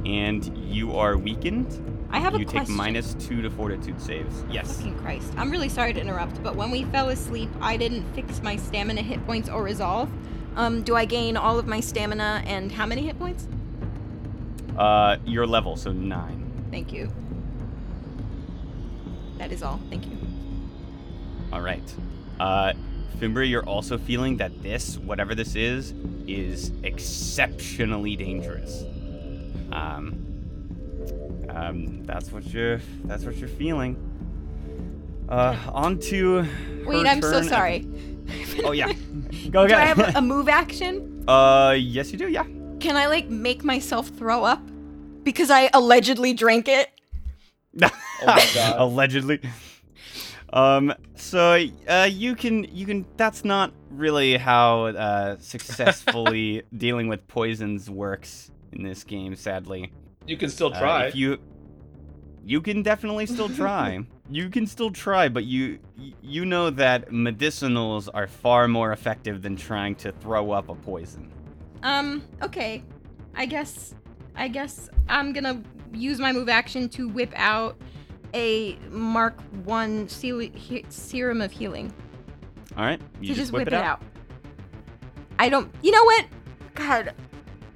S1: and you are weakened.
S3: I have a
S1: You take
S3: question.
S1: minus two to fortitude saves. Yes.
S3: Fucking Christ. I'm really sorry to interrupt, but when we fell asleep, I didn't fix my stamina, hit points, or resolve. Um, do I gain all of my stamina and how many hit points?
S1: Uh, your level, so nine.
S3: Thank you. That is all. Thank you.
S1: All right. Uh, Fimbri, you're also feeling that this, whatever this is, is exceptionally dangerous. Um, um, that's what you're. That's what you're feeling. Uh, on to. her
S3: Wait, I'm so
S1: turn.
S3: sorry.
S1: Oh yeah. Go
S3: do I have
S1: again.
S3: a, a move action?
S1: uh, yes, you do. Yeah.
S3: Can I like make myself throw up because I allegedly drank it?
S1: oh my god. Allegedly. Um, so uh, you can you can. That's not really how uh, successfully dealing with poisons works in this game. Sadly,
S2: You can still
S1: Uh,
S2: try.
S1: if you you can definitely still try. you can still try, but you you know that medicinals are far more effective than trying to throw up a poison.
S3: Um, okay. I guess I guess I'm gonna use my move action to whip out a Mark One seal- he- serum of healing
S1: All right, you
S3: to
S1: just, whip, it, out.
S3: I don't. You know what? God,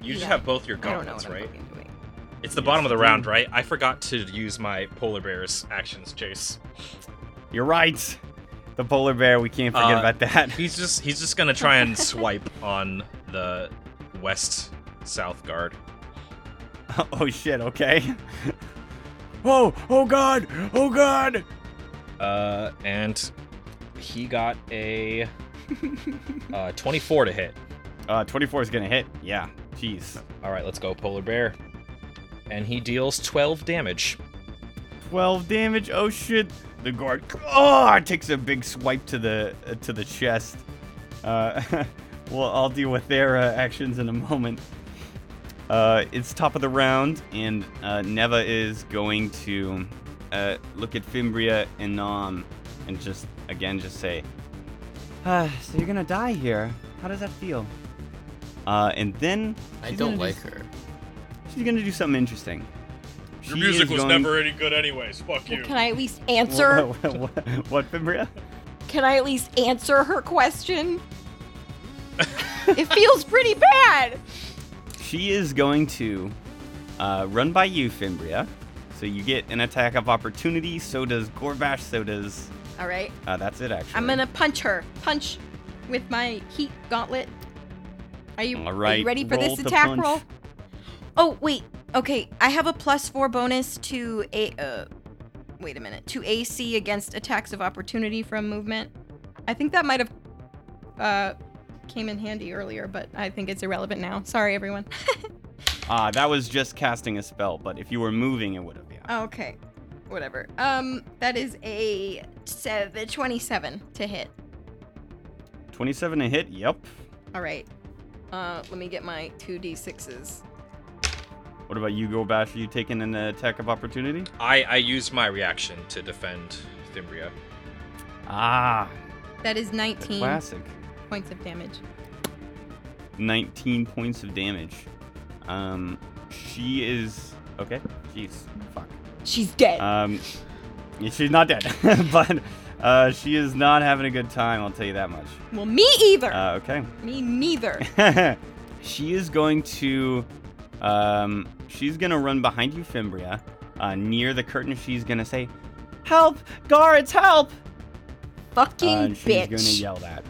S4: You just
S3: Yeah.
S4: have both your
S3: I don't know
S4: gauntlets,
S3: what I'm
S4: right?
S3: fucking doing.
S4: It's the bottom of the round, right? I forgot to use my polar bear's actions, Chase.
S1: You're right. The polar bear. We can't forget
S4: Uh,
S1: about that.
S4: He's just he's just gonna try and swipe on the west south guard.
S1: oh shit. Okay. oh oh god oh god.
S4: Uh, and he got a uh, 24 to hit.
S1: Uh, 24 is gonna hit. Yeah. Jeez.
S4: All right, let's go, polar bear. And he deals 12 damage.
S1: 12 damage. Oh shit. The guard oh, takes a big swipe to the uh, to the chest. Uh, well, I'll deal with their uh, actions in a moment. Uh, it's top of the round, and uh, Neva is going to uh, look at Fimbria and Nom, and just again just say, uh, "So you're gonna die here. How does that feel?" Uh, and then
S5: I
S1: she's
S5: don't
S1: gonna
S5: like
S1: do-
S5: her.
S1: She's gonna do something interesting.
S7: Your
S1: She
S7: music
S1: is
S7: was
S1: going-
S7: never any good, anyways. Fuck you.
S3: Can I at least answer?
S1: What, what, what, Fimbria?
S3: Can I at least answer her question? it feels pretty bad.
S1: She is going to uh, run by you, Fimbria. So you get an attack of opportunity. So does Gorbash. So does.
S3: All right.
S1: Uh, that's it, actually.
S3: I'm gonna punch her. Punch with my heat gauntlet. Are you,
S1: All
S3: are
S1: right,
S3: you ready for
S1: roll
S3: this
S1: to
S3: attack
S1: punch.
S3: roll? Oh wait. Okay, I have a plus four bonus to a. Uh, wait a minute. To AC against attacks of opportunity from movement. I think that might have uh, came in handy earlier, but I think it's irrelevant now. Sorry, everyone.
S1: Ah, that was just casting a spell, but if you were moving, it would have. Yeah.
S3: okay, whatever. Um, that is a seven, 27 to hit.
S1: 27 a hit. Yep.
S3: All right. Uh, let me get my two d6s.
S1: What about you, Gorbash? Are you taking an attack of opportunity?
S4: I I used my reaction to defend Fimbria.
S1: Ah,
S3: That is
S1: the
S3: 19
S1: classic.
S3: points of damage.
S1: 19 points of damage. Um, she is okay. Jeez, fuck.
S3: She's dead.
S1: Um, she's not dead, but uh, she is not having a good time. I'll tell you that much.
S3: well, me either.
S1: Uh, okay.
S3: me neither.
S1: she is going to um, she's gonna run behind you fimbria uh, near the curtain she's gonna say uh, help guards help Uh,
S3: Fucking
S1: and she's
S3: bitch.
S1: gonna yell that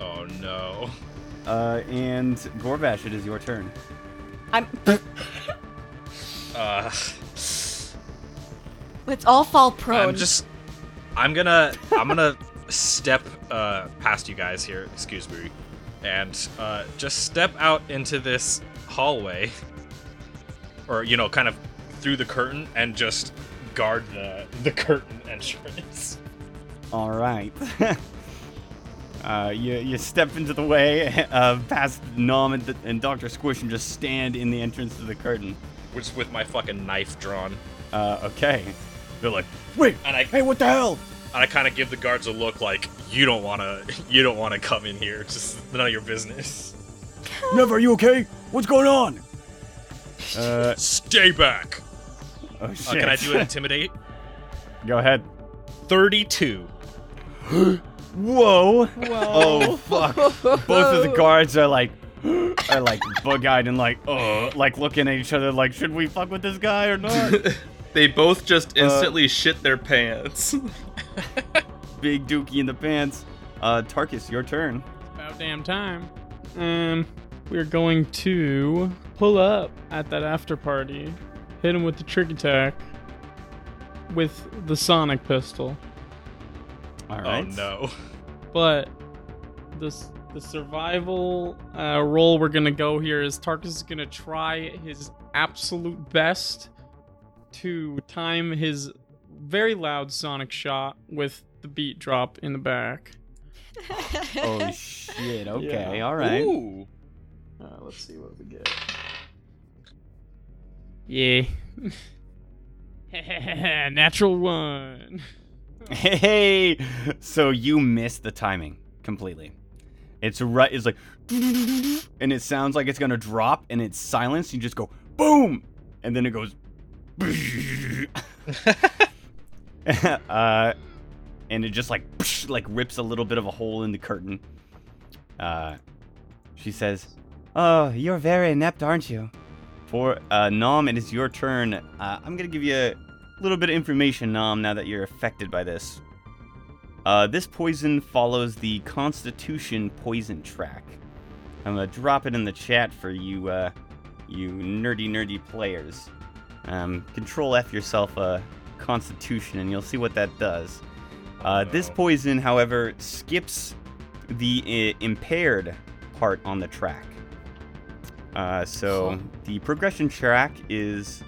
S4: Oh no.
S1: uh, and gorbash it is your turn
S3: I'm,
S4: Uh,
S3: let's all fall prone.
S4: I'm just I'm gonna I'm gonna step uh past you guys here. Excuse me, and uh just step out into this hallway, or you know, kind of through the curtain and just guard the the curtain entrance.
S1: all right Uh, you, you step into the way uh, past Nom and, and Dr. Squish and just stand in the entrance to the curtain.
S4: Just with my fucking knife drawn,
S1: Uh, okay.
S4: they're like,
S1: Wait,
S4: and I
S1: what the hell?
S4: and I kind of give the guards a look like you don't wanna you don't wanna come in here. It's just none of your business.
S1: Never, are you okay? What's going on? Uh,
S4: Stay back.
S1: oh shit.
S4: Uh, can I do an intimidate?
S1: Go ahead.
S4: Thirty-two.
S1: Whoa. Oh fuck. Both of the guards are like are like bug-eyed and like uh like looking at each other like should we fuck with this guy or not?
S2: They both just instantly shit their pants.
S1: Big dookie in the pants. Uh Tarkus, your turn.
S6: About damn time. Um, we're going to pull up at that after party, hit him with the trick attack with the sonic pistol.
S1: All
S4: Oh
S1: right.
S4: no.
S6: But this the survival uh, role we're gonna go here is Tarkus is gonna try his absolute best to time his very loud sonic shot with the beat drop in the back.
S8: Oh shit! Okay,
S6: Yeah.
S8: all right.
S2: Ooh.
S6: Uh, let's see what we get. Yeah. Natural one.
S1: Hey, so you missed the timing completely. It's right. It's like, and it sounds like it's gonna drop, and it's silence. You just go boom, and then it goes. uh, and it just like like rips a little bit of a hole in the curtain. Uh, she says, "Oh, you're very inept, aren't you?" For uh, Nom, it is your turn. Uh, I'm gonna give you a little bit of information, Nom, now that you're affected by this. Uh, this poison follows the Constitution poison track. I'm gonna drop it in the chat for you, uh, you nerdy, nerdy players. Um, control F yourself a Constitution, and you'll see what that does. Uh, This
S2: Oh.
S1: poison, however, skips the uh, impaired part on the track. Uh, so the progression track is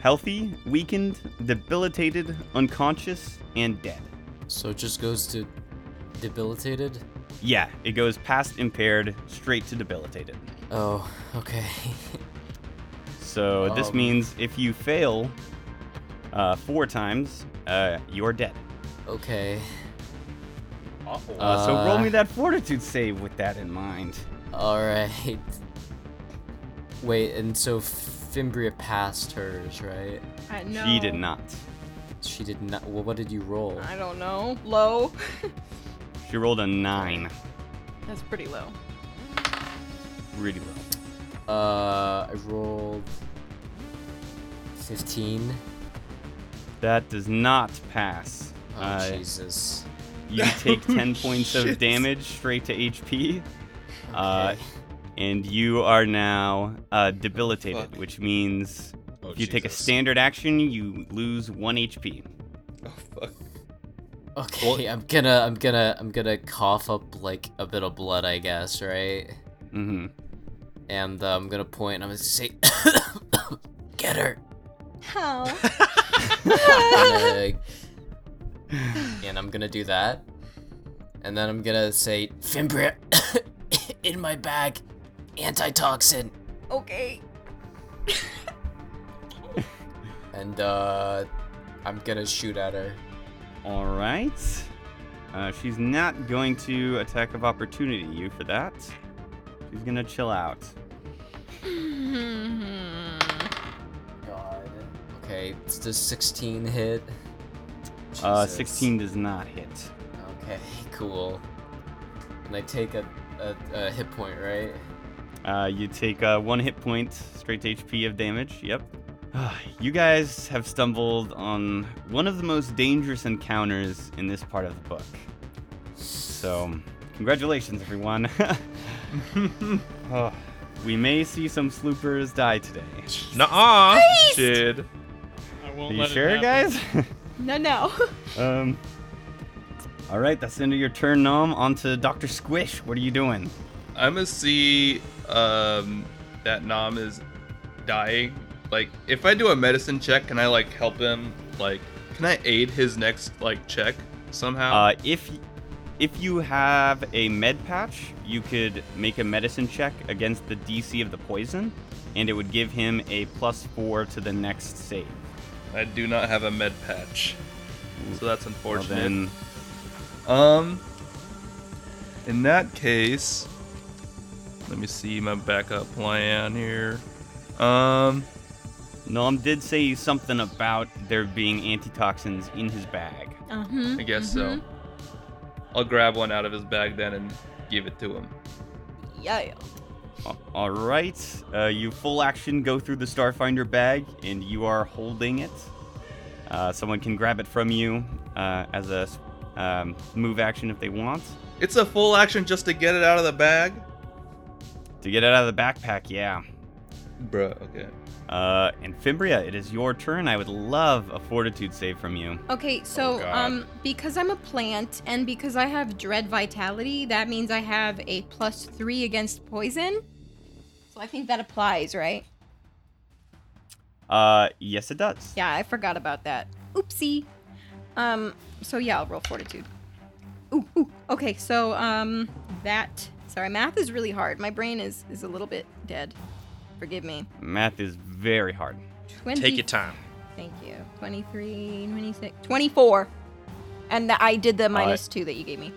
S1: healthy, weakened, debilitated, unconscious, and dead.
S5: So it just goes to debilitated.
S1: Yeah, it goes past impaired straight to debilitated.
S5: Oh, okay.
S1: So this
S5: Um.
S1: means if you fail uh, four times, uh, you're dead.
S5: okay.
S4: Awful.
S1: Uh, so roll
S5: Uh.
S1: me that fortitude save with that in mind.
S5: All right. Wait, and so Fimbria passed hers, right?
S3: I know.
S1: She did not.
S5: She did not. Well, what did you roll?
S3: I don't know. Low.
S1: She rolled a nine.
S3: That's pretty low.
S1: Really well.
S5: Uh, I rolled 15.
S1: That does not pass.
S5: Oh,
S1: Uh,
S5: Jesus.
S1: you take 10 points of damage straight to HP. Uh,
S5: Okay.
S1: and you are now uh, debilitated,
S2: Fuck.
S1: which means
S4: Oh,
S1: if you take a
S4: Jesus.
S1: standard action, you lose one HP.
S2: Oh fuck.
S5: Okay, I'm gonna, I'm gonna, I'm gonna cough up like a bit of blood, I guess, right?
S1: Mm-hmm.
S5: And uh, I'm gonna point and I'm gonna say, "Get her!"
S3: How?
S5: I'm gonna- and I'm gonna do that, and then I'm gonna say, "Fimbria, in my bag, antitoxin,"
S3: okay.
S5: and uh, I'm gonna shoot at her.
S1: All right. Uh, she's not going to attack of opportunity you for that. She's gonna chill out.
S3: Mm-hmm.
S5: God. Okay, it's the 16 hit.
S1: Uh,
S5: Jesus.
S1: 16 does not hit.
S5: Okay, cool. And I take a, a, a hit point, right?
S1: Uh, you take uh, one hit point straight to HP of damage. Yep. you guys have stumbled on one of the most dangerous encounters in this part of the book. So, congratulations, everyone. Oh, we may see some sloopers die today.
S4: Nuh-uh.
S2: Shit.
S6: I won't
S1: Are you
S6: let it
S1: sure,
S6: happen.
S1: guys?
S3: No, no.
S1: um. All right, that's the end of your turn, Nom. On to Doctor Squish. What are you doing?
S2: I'm gonna see um, that Nam is dying. Like, if I do a medicine check, can I like help him? Like, can I aid his next like check somehow?
S1: Uh, if if you have a med patch, you could make a medicine check against the DC of the poison, and it would give him a plus four to the next save.
S2: I do not have a med patch, so that's
S1: Well,
S2: unfortunate.
S1: then,
S2: Um, in that case, let me see my backup plan here. Um,
S1: Nom did say something about there being antitoxins in his bag.
S3: Uh-huh.
S2: I guess so. I'll grab one out of his bag then and give it to him.
S3: Yeah.
S1: A- All right, uh, you full action go through the Starfinder bag, and you are holding it. Uh, someone can grab it from you uh, as a s- um, move action if they want.
S2: It's a full action just to get it out of the bag,
S1: To get it out of the backpack, yeah.
S2: bruh. Okay.
S1: Uh, and Fimbria, it is your turn. I would love a fortitude save from you.
S3: Okay, so
S4: Oh, God.
S3: um because I'm a plant and because I have dread vitality, that means I have a plus 3 against poison. So I think that applies, right?
S1: Uh, yes, it does.
S3: Yeah, I forgot about that. Oopsie. Um, so yeah, I'll roll fortitude. Ooh, ooh. Okay, so um, that. Sorry, math is really hard. My brain is is a little bit dead. Forgive me.
S1: Math is very hard.
S3: 20,
S4: Take your time.
S3: Thank you. 23, 26, 24. And the, I did the
S1: right.
S3: minus two that you gave me.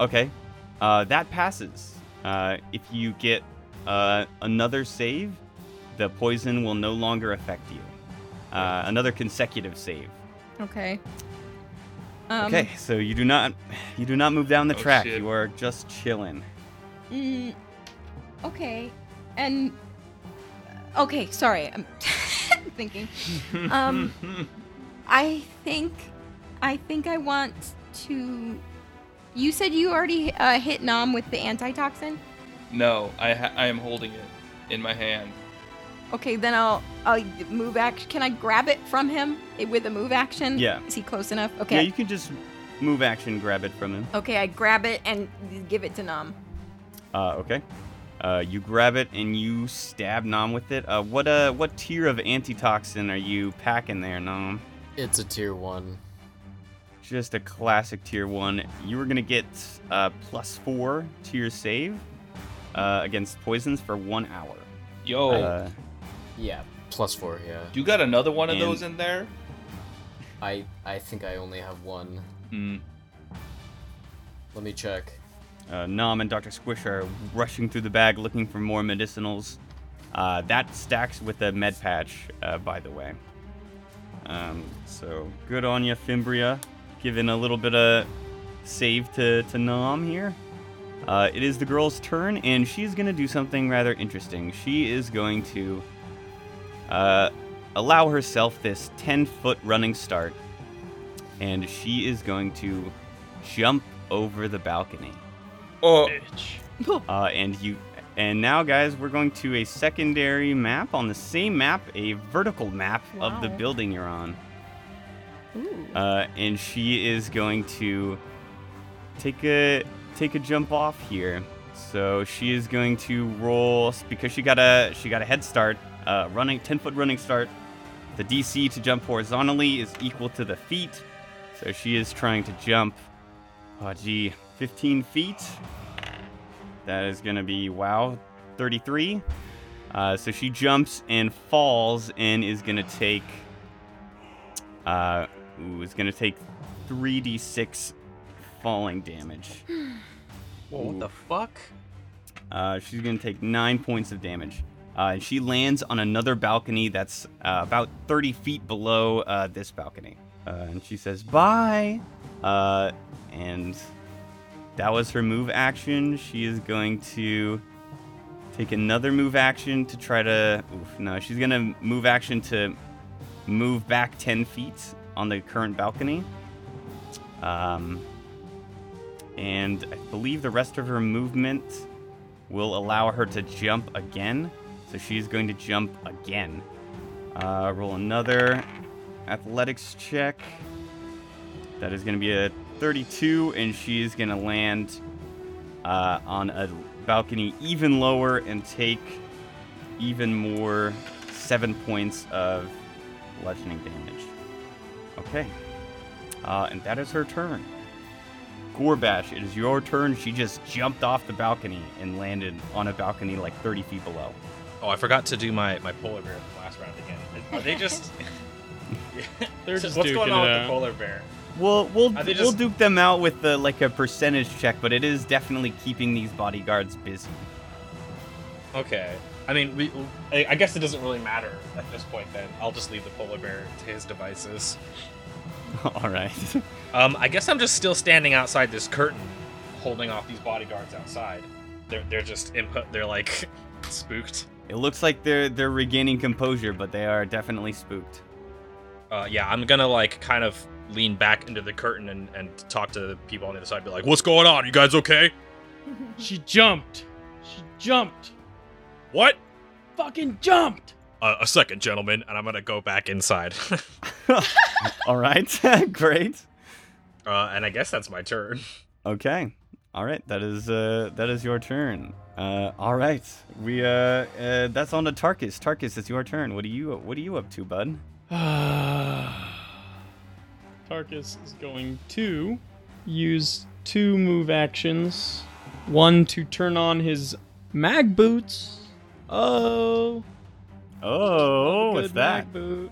S1: Okay, uh, that passes. Uh, if you get uh, another save, the poison will no longer affect you. Uh, another consecutive save.
S3: Okay. Um,
S1: okay, so you do not you do not move down the
S2: Oh,
S1: track.
S2: shit.
S1: You are just chilling.
S3: Mm, okay. And uh, okay, sorry. I'm thinking. Um I think I think I want to You said you already uh, hit Nom with the antitoxin?
S2: No, I ha- I am holding it in my hand.
S3: Okay, then I'll I'll move action. Can I grab it from him eh, with a move action?
S1: Yeah.
S3: Is he close enough?
S1: Yeah,
S3: Okay.
S1: you can just move action, grab it from him.
S3: okay, I grab it and give it to Nom.
S1: Uh, okay. Uh, you grab it and you stab Nom with it. Uh, what uh, what tier of antitoxin are you packing there, Nom?
S5: It's a tier one.
S1: Just a classic tier one. You are gonna get uh, plus four to your save uh, against poisons for one hour.
S2: Yo,
S1: Uh,
S5: Yeah, plus four. Yeah.
S2: you got another one of
S1: and-
S2: those in there?
S5: I I think I only have one.
S2: Mm.
S5: Let me check.
S1: uh, Nom and Doctor Squish are rushing through the bag looking for more medicinals. Uh, that stacks with a med patch, uh, by the way. Um, so good on you, Fimbria, giving a little bit of save to to Nom here. Uh, it is the girl's turn, and she's gonna do something rather interesting. She is going to uh, allow herself this 10 foot running start, and she is going to jump over the balcony.
S2: Oh,
S1: Uh, and you, and now, guys, we're going to a secondary map on the same map, a vertical map of the
S3: Wow.
S1: building you're on.
S3: Ooh.
S1: Uh, and she is going to take a take a jump off here. So she is going to roll because she got a she got a head start, uh, running ten foot running start. The DC to jump horizontally is equal to the feet, so she is trying to jump. Oh gee, 15 feet. That is gonna be wow, 33. Uh, so she jumps and falls and is gonna take. Uh, ooh, is gonna take 3d6 falling damage.
S4: Whoa, what the fuck?
S1: Uh, she's gonna take nine points of damage. Uh, and she lands on another balcony that's uh, about 30 feet below uh, this balcony. Uh, and she says, bye! Uh, and that was her move action. She is going to take another move action to try to. Oof, no, she's gonna move action to move back 10 feet on the current balcony. Um, and I believe the rest of her movement will allow her to jump again. So she's going to jump again. Uh, roll another athletics check. That is going to be a 32, and she is going to land uh, on a balcony even lower and take even more seven points of bludgeoning damage. Okay. Uh, and that is her turn. Gorbash, it is your turn. She just jumped off the balcony and landed on a balcony like 30 feet below.
S4: Oh, I forgot to do my my polar bear last round again. Are they just?
S6: They're just
S4: What's going
S6: duking
S4: on with
S6: it out.
S4: the polar bear?
S1: Well, we'll
S4: Are they
S1: we'll
S4: just-
S1: duke them out with the, like a percentage check, but it is definitely keeping these bodyguards busy.
S4: Okay. I mean, we. I, I guess it doesn't really matter at this point. Then I'll just leave the polar bear to his devices.
S1: All right.
S4: Um, I guess I'm just still standing outside this curtain, holding off these bodyguards outside. They're they're just input. They're like spooked.
S1: It looks like they're they're regaining composure, but they are definitely spooked.
S4: Uh, yeah, I'm gonna like kind of lean back into the curtain and and talk to the people on the other side. Be like, "What's going on? You guys okay?
S6: She jumped. She jumped.
S4: What?
S6: Fucking jumped.
S4: Uh, a second, gentlemen." And I'm gonna go back inside.
S1: All right. Great.
S4: uh, and I guess that's my turn.
S1: Okay. All right. That is uh that is your turn. Uh, all right. We uh, uh that's on to Tarkus. Tarkus, it's your turn. What are you what are you up to, bud?
S6: I Tarkus is going to use two move actions. One to turn on his mag boots. Oh,
S1: Oh,
S6: good
S1: what's that?
S6: Mag boot.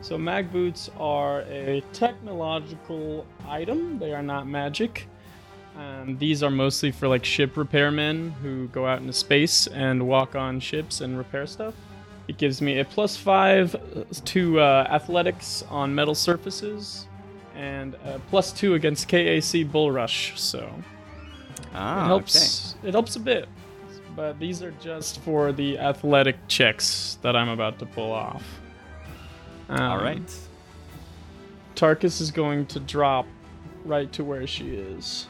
S6: So mag boots are a technological item. They are not magic. Um, these are mostly for like ship repairmen who go out into space and walk on ships and repair stuff. It gives me a plus five to uh, athletics on metal surfaces, and a plus two against KAC bull rush. So
S1: Ah,
S6: it helps. It helps a bit, but these are just for the athletic checks that I'm about to pull off.
S1: Okay. All
S6: Um,
S1: right.
S6: Tarkus is going to drop right to where she is.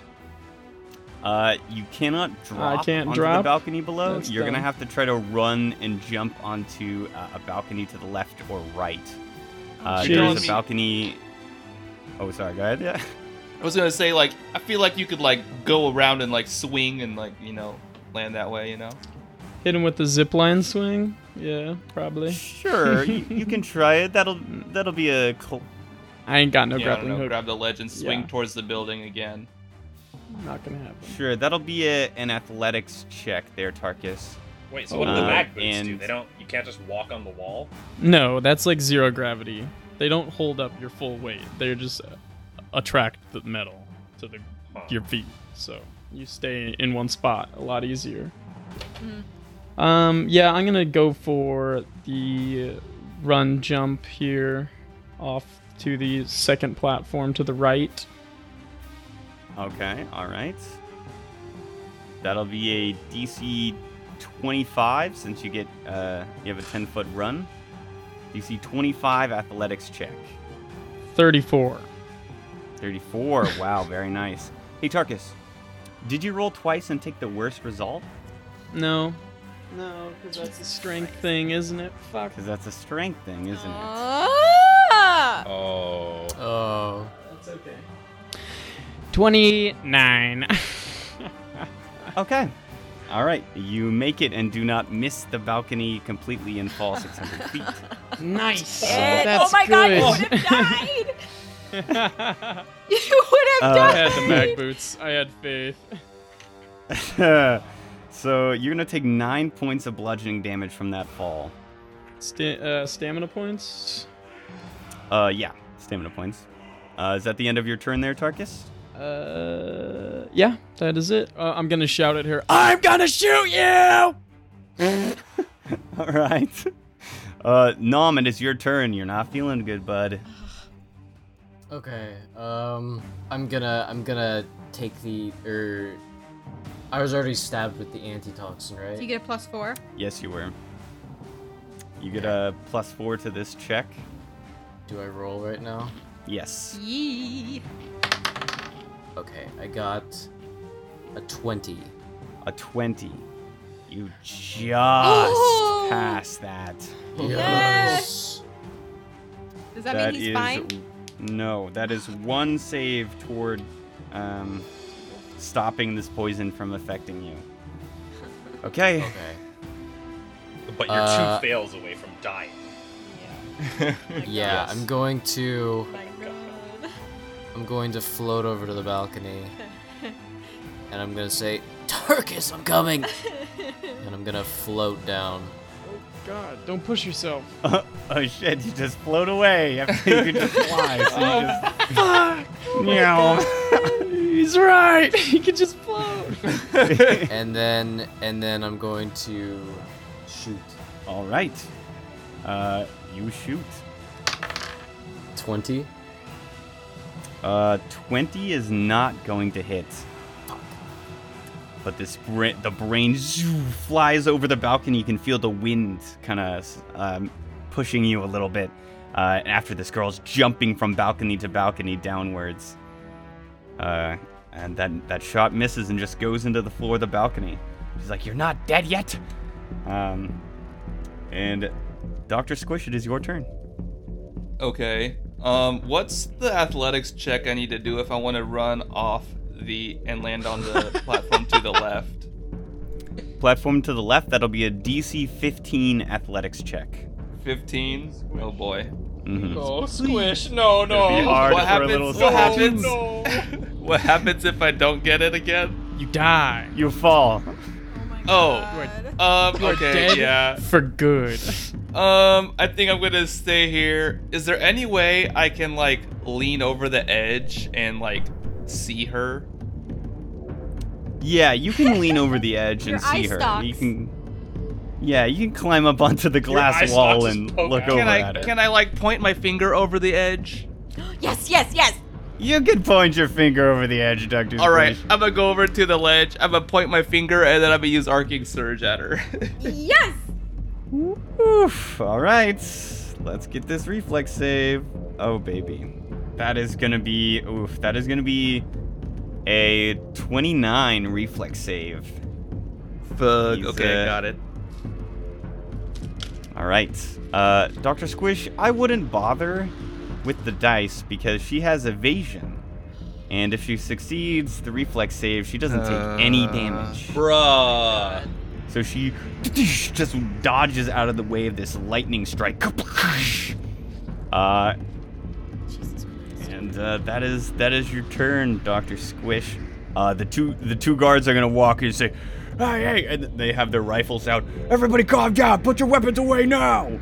S1: Uh, you cannot drop
S6: can't
S1: onto the
S6: drop?
S1: balcony below.
S6: That's
S1: You're gonna
S6: dumb.
S1: have to try to run and jump onto uh, a balcony to the left or right. Uh,
S6: You're telling
S1: there's a
S6: me-
S1: balcony. Oh, sorry. Go ahead. Yeah.
S2: I was gonna say like I feel like you could like go around and like swing and like you know land that way. You know.
S6: Hit him with the zipline swing. Yeah, probably.
S1: Sure. you, you can try it. That'll that'll be a. Cl-
S6: I ain't got no
S2: yeah, I don't
S6: grappling
S2: know.
S6: hook.
S2: Grab the ledge and swing
S6: Yeah.
S2: towards the building again.
S6: Not gonna happen.
S1: sure. That'll be a, an athletics check there, Tarkus.
S4: Wait, so what do
S1: Uh,
S4: the mag boots do?
S1: and-
S4: They don't. You can't just walk on the wall.
S6: No, that's like zero gravity. They don't hold up your full weight. They just uh, attract the metal to the
S4: Huh.
S6: your feet, so you stay in one spot a lot easier. Um, yeah, I'm gonna go for the run jump here, off to the second platform to the right.
S1: Okay. All right. That'll be a DC 25 since you get uh, you have a 10 foot run. DC 25 athletics check.
S6: 34.
S1: 34. Wow, very nice. Hey, Tarkus, did you roll twice and take the worst result?
S6: No. No, because that's a strength thing, isn't it? Fuck.
S1: Because that's a strength thing, isn't it?
S3: Ah!
S4: Oh.
S5: Oh.
S6: That's okay. 29.
S1: Okay. All right. You make it and do not miss the balcony completely and fall 600 feet.
S6: nice.
S3: Ed,
S6: That's
S3: oh my god,
S6: good.
S3: you would have died!
S6: I
S3: You would have
S1: Uh, I
S6: had the mag
S3: died!
S6: boots. I had faith.
S1: so you're going to take nine points of bludgeoning damage from that fall.
S6: Sta- uh, stamina points.
S1: Uh, yeah, stamina points. Uh, is that the end of your turn there, Tarkus?
S6: Uh, yeah, that is it. Uh, I'm gonna shout at her. I'm gonna shoot you.
S1: All right. Uh, Nom, it is your turn. You're not feeling good, bud.
S5: Okay. Um, I'm gonna I'm gonna take the er. I was already stabbed with the antitoxin, right?
S3: Do you get a plus four?
S1: Yes, you were. You get a plus four to this check.
S5: Do I roll right now?
S1: Yes.
S3: Yee.
S5: Okay, I got a twenty.
S1: A 20. You just
S3: Oh!
S1: passed that.
S3: Yes! Does that, mean he's
S1: is-
S3: fine?
S1: No, that is one save toward um, stopping this poison from affecting you. Okay.
S5: Okay.
S4: But you're
S5: Uh,
S4: two fails away from dying.
S5: Yeah, I'm going to
S3: My God.
S5: I'm going to float over to the balcony, and I'm gonna say, "Tarkus, I'm coming!" and I'm gonna float down.
S6: Oh God! Don't push yourself.
S1: oh shit, you just float away after you could just fly. So you just,
S6: Fuck! He's right. He can just float.
S5: and then and then I'm going to shoot
S1: All right. Uh, you shoot.
S5: 20.
S1: Uh, 20 is not going to hit. But this bra- the brain zoo flies over the balcony. You can feel the wind kind of um, pushing you a little bit. Uh, and after this girl's jumping from balcony to balcony downwards. Uh, and that, that shot misses and just goes into the floor of the balcony. She's like, You're not dead yet! Um, and Dr. Squish, it is your turn.
S2: Okay. Um, what's the athletics check I need to do if I want to run off the and land on the platform to the left?
S1: Platform to the left, that'll be a DC 15 athletics check.
S2: 15. Oh boy.
S1: Mhm.
S7: No, squish. No, no.
S2: It'd be hard
S7: what
S2: for a
S7: happens?
S2: little
S7: what happens?
S2: squish.
S7: No.
S2: What happens if I don't get it again?
S6: You die.
S1: You fall.
S3: Oh my
S2: Oh.
S3: god.
S2: Um,
S6: You are
S2: okay,
S6: dead
S2: yeah.
S6: for good.
S2: Um, I think I'm gonna stay here. Is there any way I can like lean over the edge and like see her?
S1: Yeah, you can lean over the edge
S9: Your
S1: and
S9: eye
S1: see her.
S9: stalks.
S1: You can. Yeah, you can climb up onto the glass
S4: eye
S1: wall
S4: stalks
S1: and
S4: just poke
S1: look
S4: out.
S1: over
S2: Can I
S1: at it.
S2: can I like point my finger over the edge?
S9: yes, yes, yes.
S1: You can point your finger over the edge, Doctor.
S2: All right, I'm gonna go over to the ledge. I'm gonna point my finger and then I'm gonna use arcing surge at her.
S9: Yes.
S1: Oof. All right. Let's get this reflex save. Oh baby, that is gonna be oof. That is gonna be a 29 reflex save.
S2: Fuck.
S1: He's,
S2: Okay,
S1: uh,
S2: got it.
S1: All right. Uh, Doctor Squish, I wouldn't bother with the dice because she has evasion, and if she succeeds the reflex save, she doesn't take any
S2: Uh,
S1: damage.
S4: Bruh.
S1: So she just dodges out of the way of this lightning strike. Uh, and uh, that is that is your turn, Doctor Squish. Uh, the two the two guards are gonna walk and say, "Hey, hey!" And they have their rifles out. Everybody, calm down. Put your weapons away now.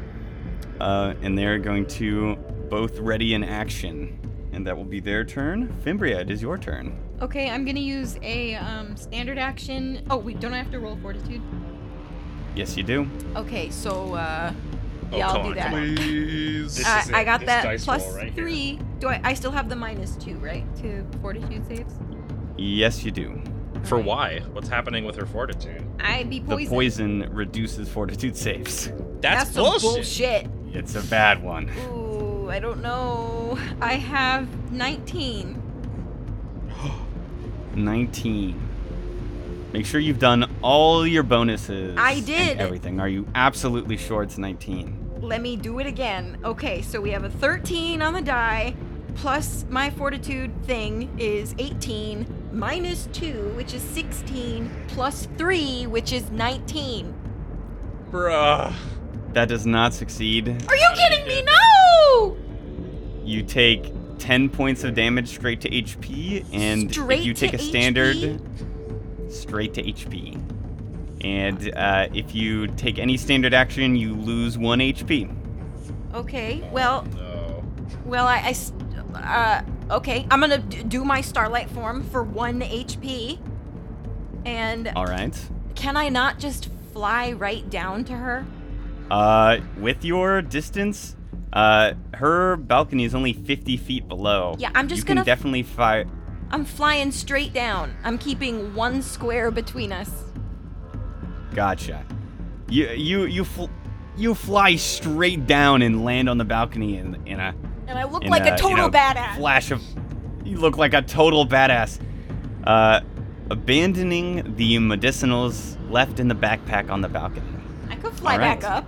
S1: Uh, and they're going to both ready in action, and that will be their turn. Fimbria, it is your turn.
S3: Okay, I'm gonna use a um, standard action. Oh wait, don't I have to roll fortitude?
S1: Yes, you do.
S3: Okay, so uh,
S4: Oh,
S3: yeah, I'll
S4: come
S3: do
S4: on,
S3: that.
S4: come on.
S2: Please.
S4: This
S3: I,
S4: is it.
S3: I got
S4: This
S3: that
S4: dice
S3: plus
S4: roll right here.
S3: three. Do I? I still have the minus two, right? To fortitude saves.
S1: Yes, you do.
S4: For why? What's happening with her fortitude?
S3: I'd be
S1: The
S3: poisoned.
S1: poison reduces fortitude saves.
S4: That's,
S3: some
S4: bullshit.
S3: bullshit.
S1: It's a bad one.
S3: Ooh, I don't know. I have 19.
S1: 19. Make sure you've done all your bonuses.
S3: I
S1: and
S3: did.
S1: everything. Are you absolutely sure it's 19?
S3: Let me do it again. Okay, so we have a 13 on the die, plus my fortitude thing is 18, minus 2, which is 16, plus 3, which is 19.
S4: Bruh.
S1: That does not succeed.
S3: Are you kidding me? No!
S1: You take 10 points of damage straight to HP, and
S3: Straight
S1: if you take
S3: to
S1: a standard,
S3: HP?
S1: straight to HP. And uh, if you take any standard action, you lose 1 HP.
S3: Okay, well,
S4: No.
S3: well, I, I s- uh, okay, I'm gonna d- do my starlight form for 1 HP. And
S1: All right.
S3: can I not just fly right down to her?
S1: Uh, with your distance, uh, her balcony is only 50 feet below.
S3: Yeah, I'm just
S1: you can
S3: gonna-
S1: definitely fire.
S3: I'm flying straight down. I'm keeping one square between us.
S1: Gotcha. You you you fl- you fly straight down and land on the balcony in in a
S3: And I look
S1: in
S3: like a
S1: you know,
S3: total badass.
S1: Flash of you look like a total badass. Uh, abandoning the medicinals left in the backpack on the balcony.
S3: I could fly
S1: Alright.
S3: back up.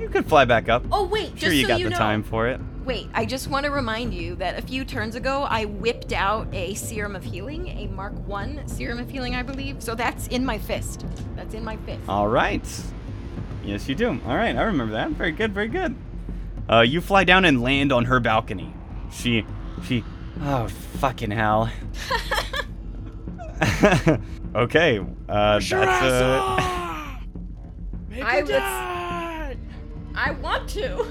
S1: You could fly back up.
S3: Oh wait,
S1: sure,
S3: just
S1: you
S3: so
S1: got
S3: you
S1: the
S3: know.
S1: time for it.
S3: Wait, I just want to remind you that a few turns ago I whipped out a serum of healing, a Mark One serum of healing, I believe. So that's in my fist. That's in my fist.
S1: All right. Yes, you do. All right, I remember that. Very good, very good. Uh, you fly down and land on her balcony. She, she, oh fucking hell. okay, uh, that's uh,
S3: I was. I want to.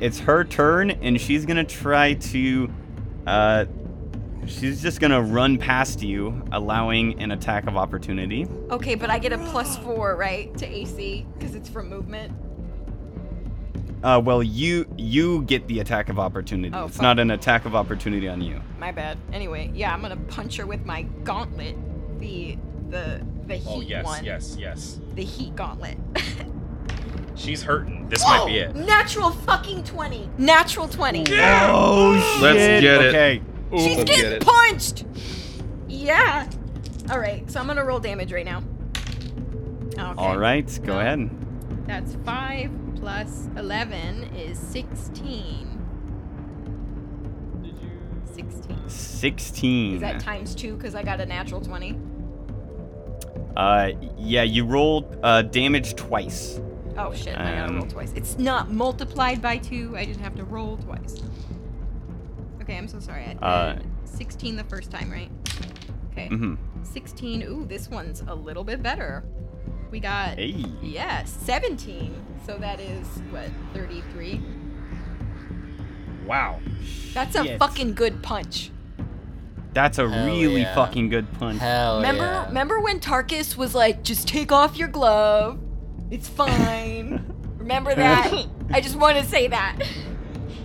S1: it's her turn, and she's gonna try to, uh, she's just gonna run past you, allowing an attack of opportunity.
S3: Okay, but I get a plus four, right, to AC because it's from movement.
S1: Uh, well, you you get the attack of opportunity.
S3: Oh,
S1: it's
S3: fuck.
S1: not an attack of opportunity on you.
S3: My bad. Anyway, yeah, I'm gonna punch her with my gauntlet. The the the heat
S4: Oh yes,
S3: one.
S4: yes, yes.
S3: The heat gauntlet.
S4: She's hurting. This might be it.
S3: Natural fucking twenty. Natural twenty.
S1: Oh shit!
S2: Let's get it.
S1: okay.
S3: She's
S2: Let's
S3: getting
S2: get it.
S3: punched. Yeah. All right. So I'm gonna roll damage right now. Okay.
S1: All right, go
S3: No.
S1: ahead.
S3: That's five plus eleven is sixteen. Sixteen.
S1: 16.
S3: Is that times two? Because I got a natural twenty.
S1: uh, yeah, you rolled uh, damage twice.
S3: Oh shit, I gotta roll
S1: Um,
S3: twice. It's not multiplied by two, I just have to roll twice. Okay, I'm so sorry. I,
S1: Uh,
S3: 16 the first time, right? Okay.
S1: Mm-hmm.
S3: 16. Ooh, this one's a little bit better. We got,
S1: Hey.
S3: yeah, 17. So that is, what, 33?
S4: Wow.
S3: That's a
S1: Shit.
S3: fucking good punch.
S1: That's a
S5: Hell
S1: really
S5: yeah.
S1: fucking good punch.
S5: Hell
S3: remember
S5: yeah.
S3: remember when Tarkus was like, just take off your glove. It's fine. remember that? I just want to say that.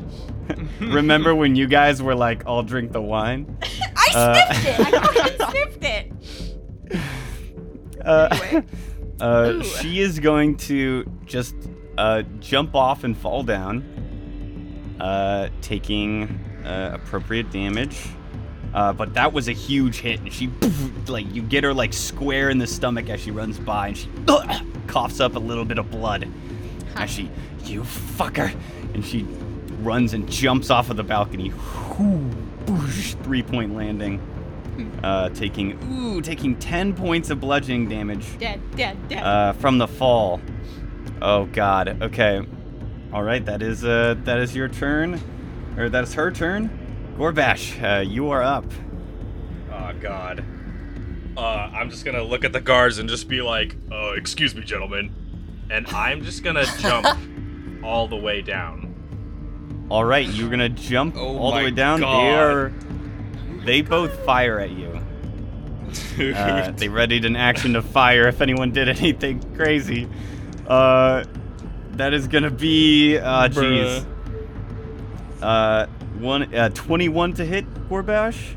S1: Remember when you guys were like, "I'll drink the wine"?
S3: I
S1: Uh,
S3: sniffed it. I fucking sniffed it.
S1: Uh,
S3: Anyway.
S1: uh,
S3: Ooh.
S1: she is going to just uh, jump off and fall down, uh, taking uh, appropriate damage. Uh, but that was a huge hit, and she like you get her like square in the stomach as she runs by, and she coughs up a little bit of blood. As she, you fucker, and she runs and jumps off of the balcony. Whoo, boosh, Three point landing, uh, taking ooh, taking ten points of bludgeoning damage
S3: Dead, dead, dead.
S1: uh, from the fall. Oh God. Okay. All right. That is uh, that is your turn, or that is her turn. Gorbash, uh, you are up.
S4: Oh god. Uh, I'm just gonna look at the guards and just be like, "Oh, excuse me, gentlemen," and I'm just gonna jump all the way down.
S1: All right. You're gonna jump
S2: Oh
S1: all the
S2: my
S1: way down. They
S2: God.
S1: are. They both fire at you. Uh, they readied an action to fire if anyone did anything crazy. Uh, that is gonna be. Uh, jeez. Uh, one. Uh, 21 to hit Gorbash.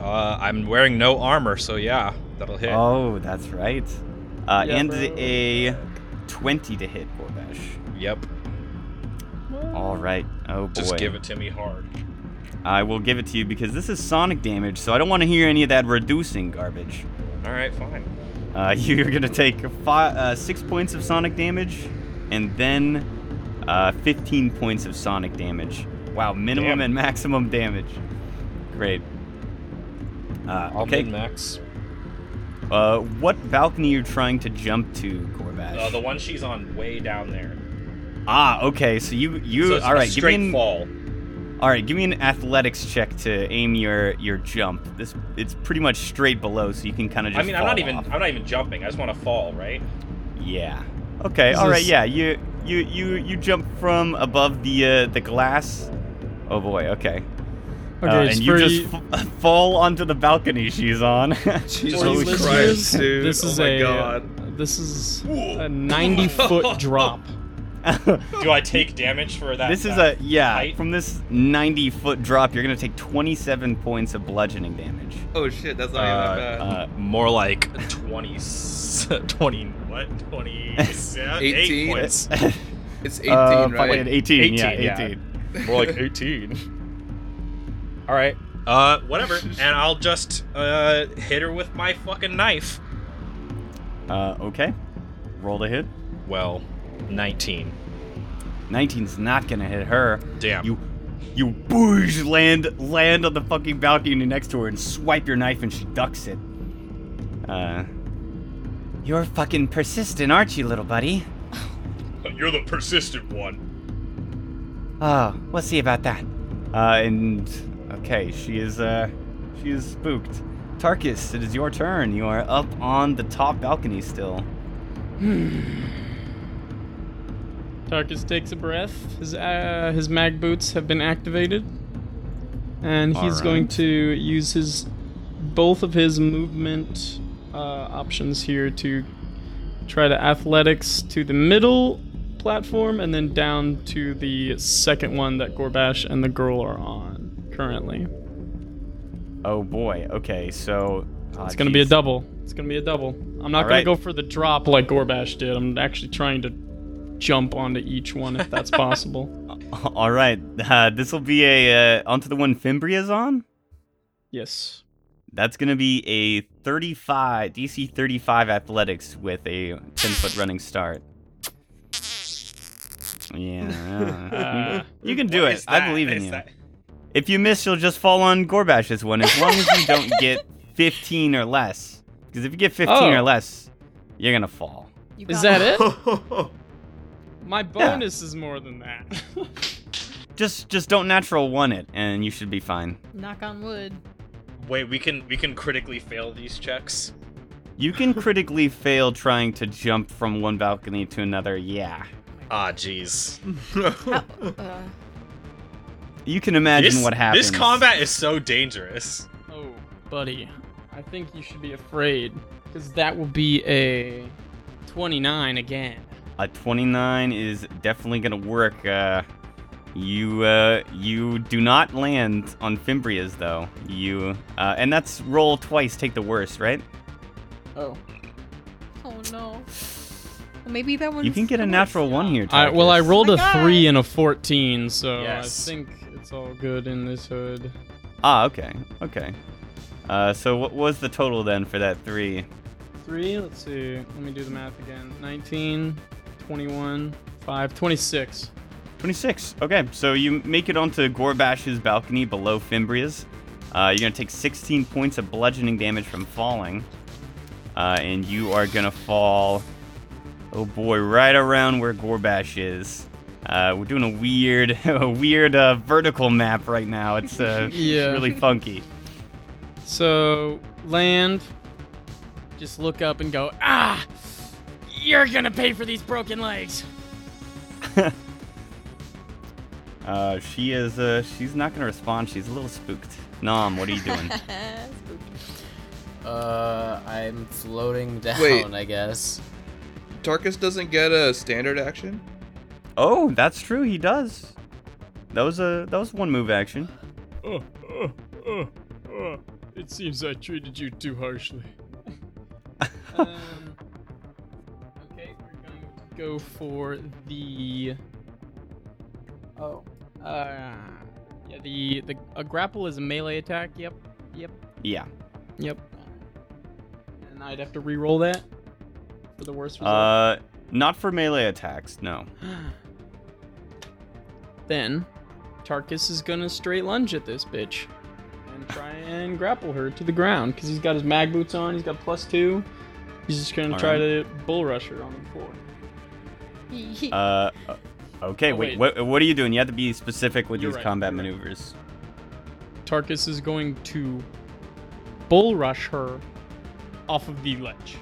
S4: Uh, I'm wearing no armor, so yeah, that'll hit.
S1: Oh, that's right. Uh,
S6: Yeah,
S1: and
S6: bro.
S1: a 20 to hit Gorbash.
S4: yep.
S1: All right. Oh boy.
S4: Just give it to me hard.
S1: I will give it to you because this is sonic damage, so I don't want to hear any of that reducing garbage.
S4: All right, fine.
S1: Uh, you're gonna take five, uh, six points of sonic damage, and then uh, 15 points of sonic damage. Wow, minimum
S4: Damn.
S1: and maximum damage. Great. Uh,
S4: I'll
S1: okay.
S4: min max.
S1: Uh, what balcony are you trying to jump to, Gorbash?
S4: Uh, the one she's on way down there.
S1: Ah, okay. So you you
S4: so it's
S1: all
S4: a
S1: right? Give me
S4: Straight
S1: an,
S4: fall.
S1: all right. Give me an athletics check to aim your your jump. This it's pretty much straight below, so you can kind of just.
S4: I mean, I'm
S1: fall
S4: not even.
S1: off.
S4: I'm not even jumping. I just want to fall, right?
S1: Yeah. Okay.
S6: This
S1: all right.
S6: is-
S1: Yeah. You you you you jump from above the uh, the glass. Oh boy. Okay. Uh,
S6: Okay, it's
S1: and you
S6: pretty-
S1: just f- fall onto the balcony she's on.
S2: Jesus
S6: For you
S1: Holy
S2: Christ,
S6: listeners,
S2: dude.
S6: This
S2: Oh
S6: is
S2: my
S6: a uh,
S2: God.
S6: this is a 90 foot drop.
S4: Do I take damage for that?
S1: this is a
S4: that
S1: yeah.
S4: height?
S1: From this 90 foot drop, you're gonna take 27 points of bludgeoning damage.
S2: Oh shit, that's not even that bad.
S1: Uh,
S4: more like 20, 20 what? 27? Eight
S2: 18.
S4: points.
S2: it's 18,
S1: uh, fuck,
S2: right?
S1: wait, 18,
S4: 18,
S1: Yeah.
S4: yeah.
S1: 18.
S4: More like 18. All right. Uh, whatever. And I'll just uh hit her with my fucking knife.
S1: Uh, okay. Roll to hit.
S4: Well, 19.
S1: 19's not gonna hit her.
S4: Damn.
S1: You, you boosh land land on the fucking balcony next to her and swipe your knife and she ducks it. Uh, you're fucking persistent, aren't you, little buddy?
S4: You're the persistent one.
S1: Oh, we'll see about that. Uh, and okay, she is uh, she is spooked. Tarkus, it is your turn. You are up on the top balcony still.
S6: Tarkus takes a breath. His uh, his mag boots have been activated, and he's
S1: Alright.
S6: going to use his both of his movement uh, options here to try to athletics to the middle platform and then down to the second one that Gorbash and the girl are on currently.
S1: Oh boy. Okay, so uh,
S6: It's gonna be a
S1: jeez.
S6: double. It's gonna be a double. I'm not gonna
S1: Alright.
S6: go for the drop like Gorbash did. I'm actually trying to jump onto each one if that's possible.
S1: All right, uh, this will be a uh, onto the one Fimbria's on.
S6: Yes.
S1: That's gonna be a 35 DC 35 athletics with a 10 foot running start. Yeah,
S6: Uh,
S1: you can do
S4: What
S1: it.
S4: is
S1: I
S4: that?
S1: believe in
S4: Is
S1: you.
S4: that-
S1: If you miss, you'll just fall on Gorbash's one. As long as you don't get 15 or less, because if you get 15 or
S6: Oh.
S1: less, you're gonna fall.
S3: You
S6: Is
S3: got
S6: that it? My bonus is more than that.
S1: Just just don't natural one it, and you should be fine.
S10: Knock on wood.
S4: Wait, we can we can critically fail these checks.
S1: You can critically fail trying to jump from one balcony to another. Yeah,
S4: Ah, jeez.
S3: Uh,
S1: you can imagine
S4: This-
S1: what happens.
S4: This combat is so dangerous.
S6: oh, buddy. I think you should be afraid. Because that will be a 29 again.
S1: A 29 is definitely gonna work. Uh, you uh, you do not land on Fimbria's though. You uh, and that's roll twice, take the worst, right?
S6: Oh.
S10: Oh no.
S3: well, maybe that one.
S1: You can get a natural one here.
S6: I, well, I
S1: Tarkus.
S6: rolled
S10: Oh
S6: a
S10: my God.
S6: 3 and a 14, so
S4: Yes.
S6: I think it's all good in this hood.
S1: Ah, okay, okay. Uh, so what was the total then for that three?
S6: 3, let's see. Let me do the math again. 19, 21, 5, 26.
S1: 26. Okay, so you make it onto Gorbash's balcony below Fimbria's. Uh, you're going to take 16 points of bludgeoning damage from falling. Uh, and you are going to fall, oh boy, right around where Gorbash is. Uh, we're doing a weird, a weird uh, vertical map right now. It's uh, it's
S6: Yeah.
S1: really funky.
S6: So, land. Just look up and go, ah! You're gonna pay for these broken legs!
S1: Uh, she is, uh, she's not going to respond. She's a little spooked. Nom, what are you doing?
S5: Uh, I'm floating down,
S2: Wait.
S5: I guess.
S2: Tarkus doesn't get a standard action.
S1: oh, that's true. He does. That was a, that was one move action.
S6: Oh, oh, oh, oh. It seems I treated you too harshly. um, okay, we're going to go for the. Oh. Uh, yeah, the, the a grapple is a melee attack. Yep, yep,
S1: Yeah.
S6: yep. And I'd have to re-roll that for the worst result.
S1: Uh, not for melee attacks. No.
S6: then, Tarkus is gonna straight lunge at this bitch and try and grapple her to the ground because he's got his mag boots on. He's got plus two. He's just gonna try to bull rush her on the floor.
S1: Uh, o- okay.
S6: Oh,
S1: wait.
S6: wait.
S1: What, what are you doing? You have to be specific with
S6: You're
S1: these
S6: right,
S1: combat
S6: you're right.
S1: maneuvers.
S6: Tarkus is going to bull rush her off of the ledge.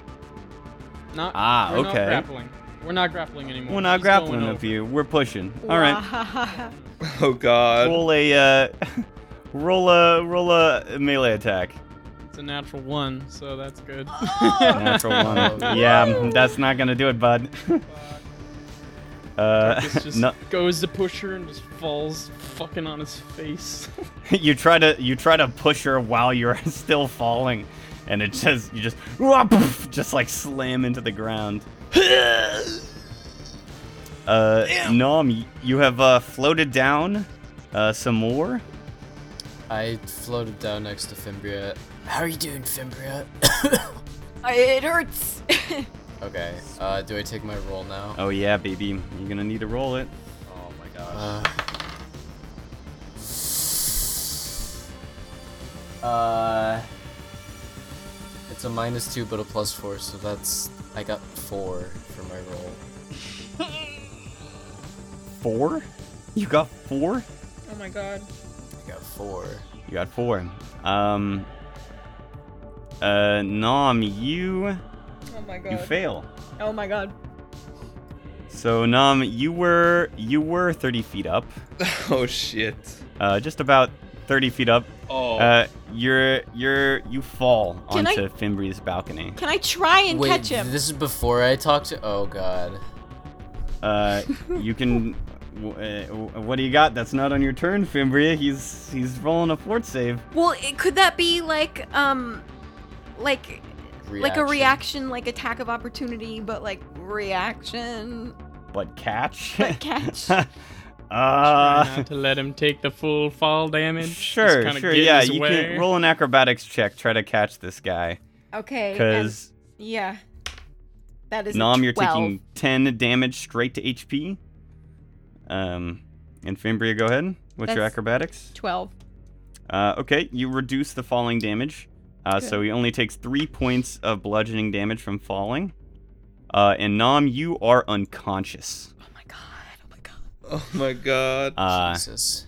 S6: Not
S1: Ah,
S6: we're
S1: okay.
S6: Not grappling. We're not grappling anymore.
S1: We're not
S6: She's going
S1: grappling with
S6: over.
S1: you. We're pushing. All right.
S10: right.
S7: Oh god.
S1: Roll a uh, roll a roll a melee attack.
S6: It's a natural one, so that's good.
S1: Natural one. yeah, that's not gonna do it, bud. Uh,
S6: Marcus just
S1: no,
S6: goes to push her and just falls fucking on his face.
S1: you try to you try to push her while you're still falling, and it just you just wah, poof, just like slam into the ground. Uh, Nom, y- you have uh, floated down uh, some more.
S5: I floated down next to Fimbria. How are you doing, Fimbria?
S3: It hurts.
S5: okay. Uh, do I take my roll now?
S1: Oh yeah, baby, you're gonna need to roll it.
S4: Oh my gosh.
S5: Uh, uh, it's a minus two, but a plus four, so that's I got four for my roll.
S1: Four? You got four?
S10: Oh my god.
S5: I got four.
S1: You got four. Um. Uh, Nom, you
S10: Oh my
S1: you
S10: god.
S1: fail.
S10: oh my god.
S1: So Nom, you were you were 30 feet up,
S7: Oh shit.
S1: uh, just about 30 feet up.
S4: Oh.
S1: Uh, you're you're you fall
S9: Can I-
S1: onto Fimbri's balcony.
S9: Can I try and
S5: Wait,
S9: catch him?
S5: this is before I talk to. Oh God.
S1: Uh, you can. w- uh, w- what do you got? That's not on your turn, Fimbria. He's he's rolling a fort save.
S9: well, it, could that be like um, like like a reaction, like attack of opportunity, but like reaction?
S1: But catch.
S9: But catch.
S6: Try
S1: uh,
S6: not to let him take the full fall damage. Just
S1: sure,
S6: kinda
S1: sure.
S6: get in
S1: Yeah,
S6: his
S1: you
S6: way.
S1: can roll an acrobatics check. Try to catch this guy,
S9: Okay. and-
S1: because
S9: yeah, that is. a
S1: Nom, you're
S9: 12.
S1: taking ten damage straight to HP. Um, and Fimbria, go ahead. What's your
S3: That's-
S1: acrobatics?
S3: Twelve.
S1: Uh, okay, you reduce the falling damage. Uh, so he only takes three points of bludgeoning damage from falling. Uh, and Nom, you are unconscious.
S9: Oh my god.
S11: Oh my god.
S1: Uh,
S5: Jesus.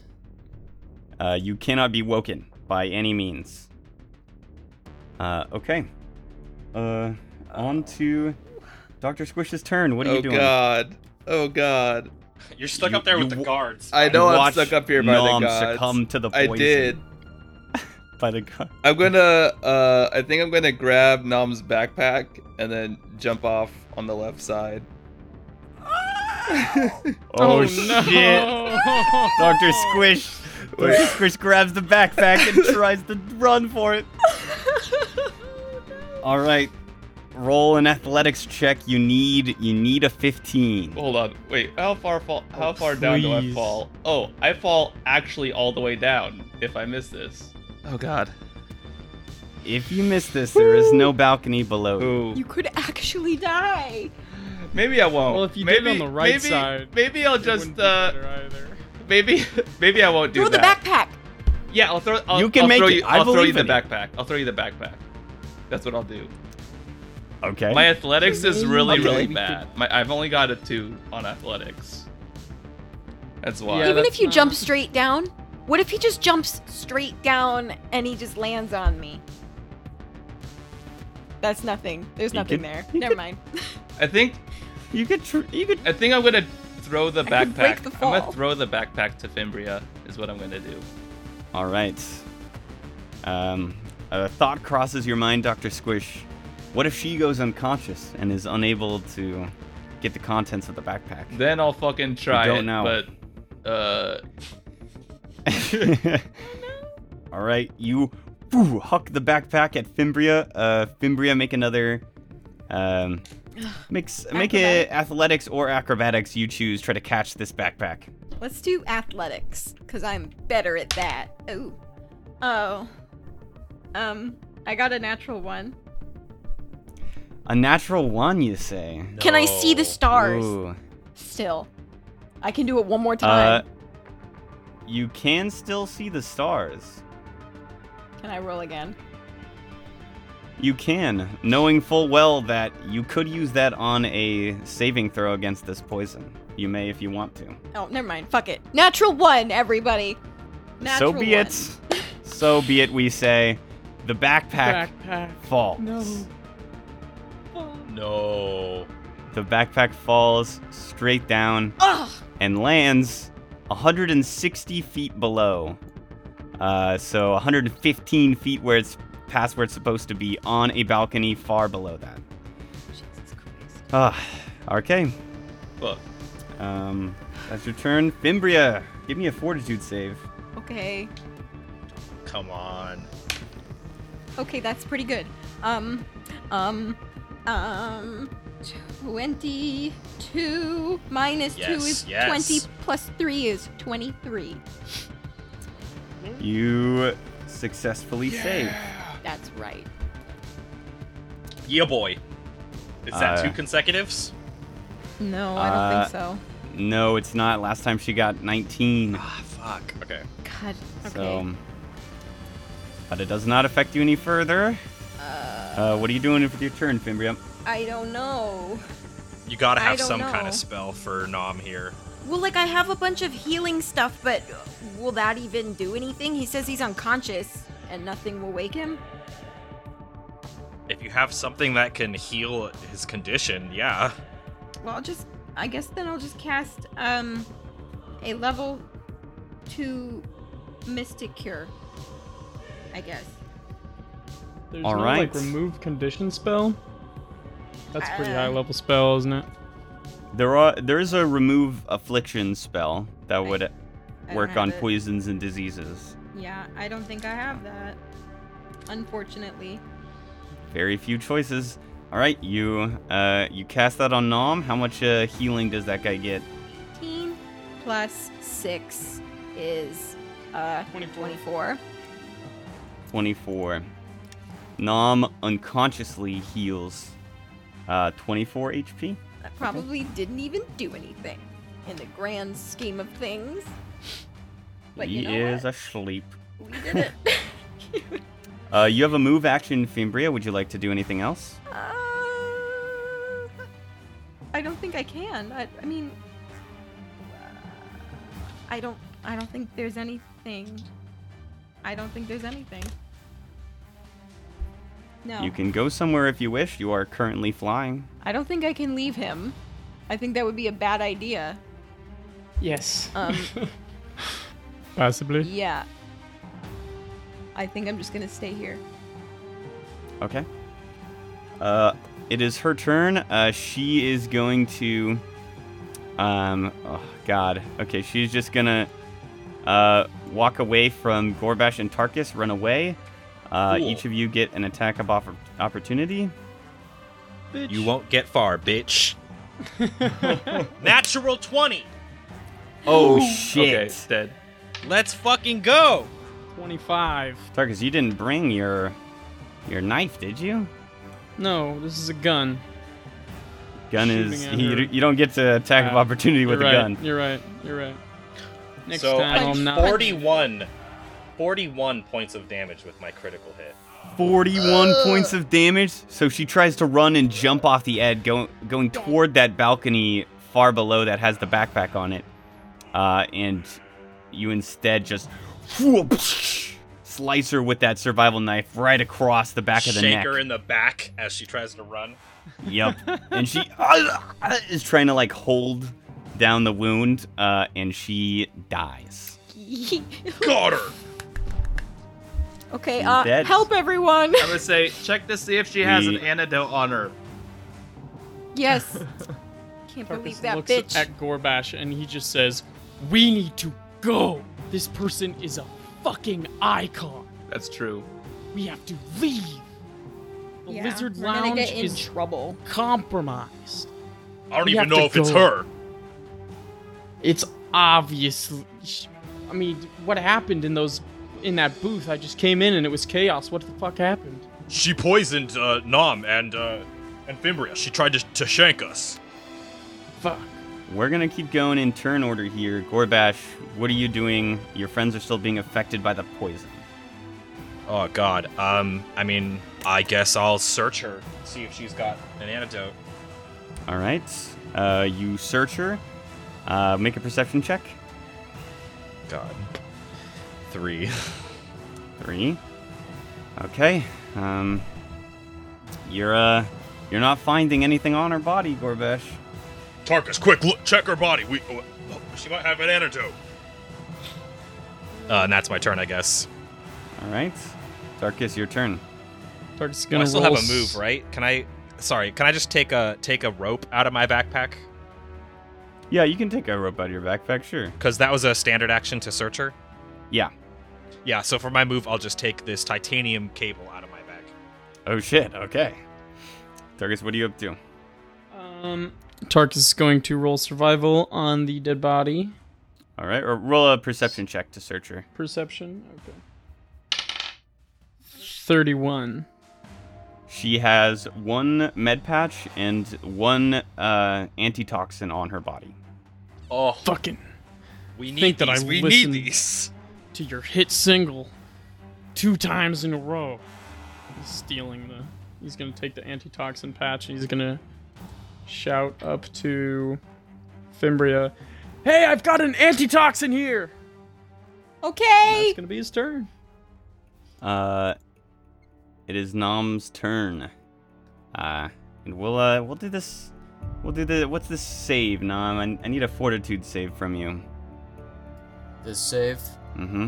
S1: Uh, you cannot be woken by any means. Uh, okay. Uh, on to Doctor Squish's turn. What are
S11: oh
S1: you doing?
S11: god. Oh god.
S4: You're stuck
S1: You-
S4: up there with
S1: you
S4: the
S1: wa-
S4: guards.
S11: I know I'm
S1: Watch
S11: stuck up here by
S1: Nom
S11: the gods.
S1: succumb to the
S11: I
S1: poison.
S11: did.
S1: By the god.
S11: I'm gonna. Uh, I think I'm gonna grab Nom's backpack and then jump off on the left side.
S1: Oh, shit! Doctor Squish. Doctor Squish grabs the backpack and tries to run for it.
S9: Oh,
S1: All right. Roll an athletics check. You need you need a 15.
S2: Hold on. Wait. How far fall?
S1: Oh,
S2: How far down do I
S6: please.
S2: fall? Oh, I fall actually all the way down. If I miss this. Oh God.
S1: If you miss this, there is no balcony below. you.
S2: Ooh.
S3: You could actually die.
S2: Maybe I won't.
S6: Well, if you did it
S2: maybe,
S6: on the right
S2: maybe,
S6: side,
S2: Maybe I'll
S6: It wouldn't
S2: just.
S6: be
S2: uh
S6: better either.
S2: Maybe. Maybe I won't do
S3: Throw the
S2: that.
S3: backpack.
S2: Yeah, I'll throw. I'll,
S1: You can
S2: I'll
S1: make
S2: throw
S1: it.
S2: You,
S1: I
S2: will throw you
S1: believe
S2: the
S1: in you.
S2: backpack. I'll throw you the backpack. That's what I'll do.
S1: Okay.
S2: My athletics is really,
S1: Okay.
S2: really bad. My, I've only got a two on athletics. That's why.
S6: Yeah,
S3: Even
S6: that's
S3: if you
S6: not-
S3: jump straight down, what if he just jumps straight down and he just lands on me? That's nothing. There's
S1: You
S3: nothing
S1: could-
S3: there.
S1: you
S3: Never
S1: could-
S3: mind.
S2: I think.
S1: you could tr- you could
S2: I think I'm gonna throw the
S3: can break
S2: backpack.
S3: the
S2: I'm
S3: fall.
S2: gonna throw the backpack to Fimbria. Is what I'm gonna do.
S1: All right. Um, a thought crosses your mind, Dr. Squish. What if she goes unconscious and is unable to get the contents of the backpack?
S2: Then I'll fucking try
S1: don't
S2: it.
S1: know.
S2: But uh,
S1: All right, you whew, huck the backpack at Fimbria. Uh, Fimbria, make another. Um, mix, make it athletics or acrobatics. You choose. Try to catch this backpack.
S3: Let's do athletics, because I'm better at that. Oh.
S12: Oh. Um, I got a natural one.
S1: A natural one, you say?
S3: Can I see the
S4: No.
S3: stars
S1: Ooh.
S3: still? I can do it one more
S1: Uh,
S3: time.
S1: you can still see the stars.
S3: can I roll again?
S1: You can, knowing full well that you could use that on a saving throw against this poison. You may if you want to.
S3: Oh, never mind. Fuck it. Natural one, everybody.
S1: so be it. so be it, we say. The backpack,
S6: Backpack.
S1: falls.
S6: No.
S4: No.
S1: The backpack falls straight down
S3: Ugh.
S1: and lands 160 feet below. Uh, so 115 feet where it's past where it's supposed to be on a balcony far below that.
S3: Jesus Christ.
S1: Ah, okay.
S2: look.
S1: Um, that's your turn. Fimbria, give me a fortitude save.
S3: Okay.
S4: Come on.
S3: Okay, that's pretty good. Um, um, um, 22 minus 2
S4: Yes,
S3: is
S4: yes.
S3: 20 plus 3 is 23.
S1: You successfully save.
S3: That's right.
S4: Yeah, boy. Is that
S1: Uh,
S4: two consecutives?
S13: No,
S1: I don't think Uh,
S13: so.
S1: No, it's not. Last time she got 19.
S4: Ah, fuck. Okay.
S3: God. Okay.
S1: So, but it does not affect you any further. Uh, what are you doing with your turn, Fimbria?
S3: I don't know.
S4: You gotta
S3: I
S4: have
S3: don't
S4: some kind
S3: know.
S4: of spell for Nom here.
S3: Well, like, I have a bunch of healing stuff, but will that even do anything? He says he's unconscious and nothing will wake him.
S4: If you have something that can heal his condition, yeah.
S13: Well, I'll just. I guess then I'll just cast um, a level two mystic cure. I guess.
S6: There's
S1: All
S6: no,
S1: right.
S6: like remove condition spell. That's a pretty
S13: Uh,
S6: high level spell, isn't it?
S1: There are there is a remove affliction spell that would
S13: don't
S1: work
S13: have
S1: on
S13: it.
S1: poisons and diseases.
S13: Yeah, I don't think I have that. Unfortunately.
S1: Very few choices. All right, you uh, you cast that on Nom. How much uh, healing does that guy get?
S3: 18 plus 6 is uh 24.
S1: 24. Nom unconsciously heals uh, 24 HP.
S3: That probably didn't even do anything in the grand scheme of things. But
S1: he
S3: you know
S1: is
S3: what?
S1: asleep.
S3: we did it.
S1: Uh, you have a move action, Fimbria. Would you like to do anything else?
S13: Uh, I don't think I can. I, I mean,
S3: uh, I don't. I don't think there's anything. I don't think there's anything. No.
S1: You can go somewhere if you wish. You are currently flying.
S3: I don't think I can leave him. I think that would be a bad idea.
S6: Yes.
S3: Um,
S6: Possibly.
S3: yeah. I think I'm just gonna stay here.
S1: Okay. Uh, it is her turn. Uh, she is going to. Um. Oh God. Okay. She's just gonna. Uh, walk away from Gorbash and Tarkus. Run away. Uh,
S4: Cool.
S1: Each of you get an attack of oppor- opportunity.
S4: You won't get far, bitch. Natural 20.
S1: Oh
S2: Okay,
S1: shit.
S2: it's dead.
S4: Let's fucking go.
S6: 25.
S1: Tarkus, you didn't bring your your knife, did you?
S6: No, this is a gun.
S1: Gun
S6: Shooting
S1: is
S6: at
S1: you,
S6: her.
S1: you don't get to attack of
S6: Uh,
S1: opportunity with
S6: You're
S1: a
S6: right,
S1: gun.
S6: You're right. You're right. Next
S4: so
S6: time
S4: I
S6: I'm
S4: did
S6: not.
S4: 41. 41 points of damage with my critical hit.
S1: 41 points of damage. So she tries to run and jump off the edge, go, going toward that balcony far below that has the backpack on it. Uh, and you instead just whoop, slice her with that survival knife right across the back of the
S4: Shake
S1: neck.
S4: her in the back as she tries to run.
S1: Yep. And she ah, ah, is trying to like hold down the wound, uh, and she dies.
S4: Got her.
S3: okay.
S1: She's
S3: Uh,
S1: dead.
S3: help everyone.
S2: I'm gonna say, check to see if she has an
S1: We-
S2: antidote on her.
S3: yes. Can't
S6: Tarkus
S3: believe that
S6: looks
S3: bitch.
S6: at Gorbash and he just says, "We need to go. This person is a fucking icon.
S2: That's true.
S6: We have to leave. The
S10: Yeah,
S6: lizard
S10: we're gonna
S6: lounge
S10: get in
S6: is
S10: trouble.
S6: compromised.
S4: I don't
S6: We
S4: even
S6: have
S4: know
S6: to
S4: if it's
S6: go.
S4: her.
S6: It's obvious. I mean, what happened in those in that booth? I just came in and it was chaos. What the fuck happened?
S4: She poisoned uh, Nom and uh, and Fimbria. She tried to, to shank us.
S6: Fuck.
S1: We're gonna keep going in turn order here. Gorbash, what are you doing? Your friends are still being affected by the poison.
S4: Oh God. Um. I mean, I guess I'll search her, see if she's got an antidote.
S1: All right. Uh, you search her. Uh, make a perception check.
S4: God. Three.
S1: Three. Okay. Um, you're uh, you're not finding anything on her body, Gorbash.
S4: Tarkus, quick, look, check her body. We. oh, she might have an antidote. Uh, and that's my turn, I guess.
S1: All right. Darkus, your turn.
S6: Tarkus is
S4: Well,
S6: gonna
S4: I still
S6: roll
S4: have a
S6: s-
S4: move, right? Can I? Sorry, can I just take a take a rope out of my backpack?
S1: Yeah, you can take a rope out of your backpack, sure.
S4: Because that was a standard action to search her.
S1: Yeah.
S4: Yeah. So for my move, I'll just take this titanium cable out of my bag.
S1: Oh shit. Okay. Darkus, what are you up to?
S6: Um, Tarkus is going to roll survival on the dead body.
S1: All right. Or roll a perception check to search her.
S6: Perception. Okay. Thirty-one.
S1: She has one med patch and one uh, antitoxin on her body.
S4: Oh,
S6: Fucking
S4: we need
S6: think that
S4: these.
S6: I
S4: we
S6: listened.
S4: need these.
S6: to your hit single, two times in a row. He's stealing the. He's gonna take the antitoxin patch and he's gonna shout up to Fimbria, "Hey, I've got an antitoxin here!"
S3: Okay.
S6: It's gonna be his turn.
S1: Uh, it is Nom's turn. Uh, and we'll uh, we'll do this. We'll do the. What's this save, Nom? I, I need a fortitude save from you.
S5: This save.
S1: Mm-hmm.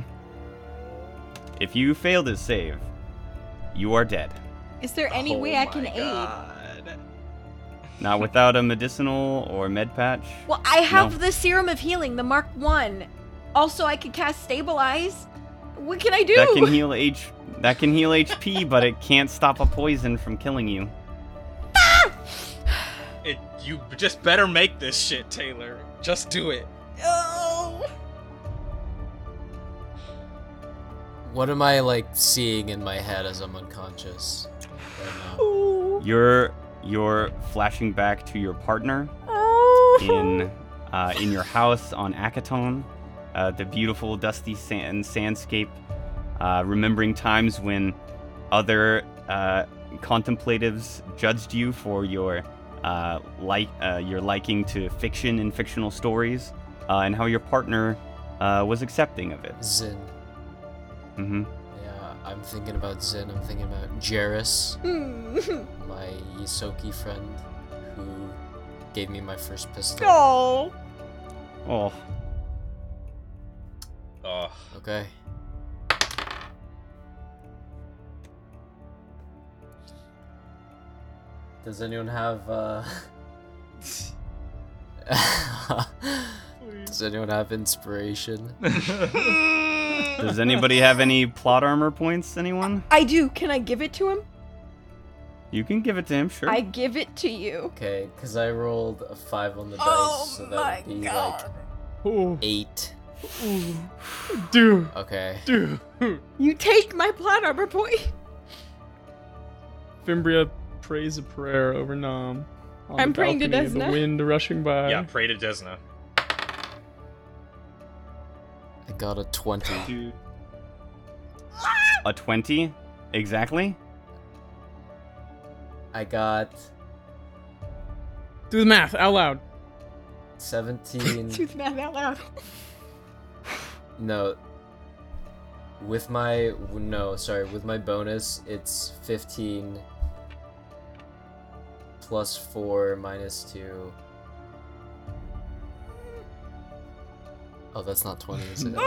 S1: If you fail this save, you are dead.
S3: Is there any way I can aid?
S1: Not without a medicinal or med patch.
S9: Well, I have
S1: No.
S9: the serum of healing, the Mark One. Also, I could cast Stabilize. What can I do?
S1: That can heal H. That can heal HP, but it can't stop a poison from killing you.
S4: It, you just better make this shit, Taylor. Just do it.
S5: What am I like seeing in my head as I'm unconscious? Right now?
S1: You're you're flashing back to your partner
S3: Oh.
S1: in uh, in your house on Akaton, uh, the beautiful dusty sand sandscape. Uh, remembering times when other uh, contemplatives judged you for your uh, like uh, your liking to fiction and fictional stories, uh, and how your partner uh, was accepting of it.
S5: Zin.
S1: Mm-hmm.
S5: Yeah, I'm thinking about Zin. I'm thinking about Jairus, my Yisoki friend, who gave me my first pistol.
S14: Oh.
S1: Oh,
S4: Ugh.
S5: Okay. Does anyone have uh Does anyone have inspiration?
S1: does anybody have any plot armor points? Anyone?
S3: I do. Can I give it to him?
S1: You can give it to him, sure.
S3: I give it to you.
S5: Okay, because I rolled a five on the dice,
S3: Oh
S5: so
S3: my
S5: that would be
S3: God.
S6: Ooh,
S5: like eight.
S6: ooh. Dude,
S5: Okay.
S6: dude.
S3: You take my plot armor point.
S6: Fimbria prays a prayer over Nam. on
S3: I'm
S6: the
S3: praying to
S6: balcony, The
S3: Desna.
S6: wind rushing by.
S4: Yeah, pray to Desna.
S5: I got a twenty.
S1: A twenty, exactly.
S5: I got
S6: Do the math out loud.
S5: seventeen
S1: Mm.
S3: Tooth man out loud.
S5: no. With my no, sorry, with my bonus it's fifteen plus four minus two. Oh, that's not twenty, is it?
S6: No,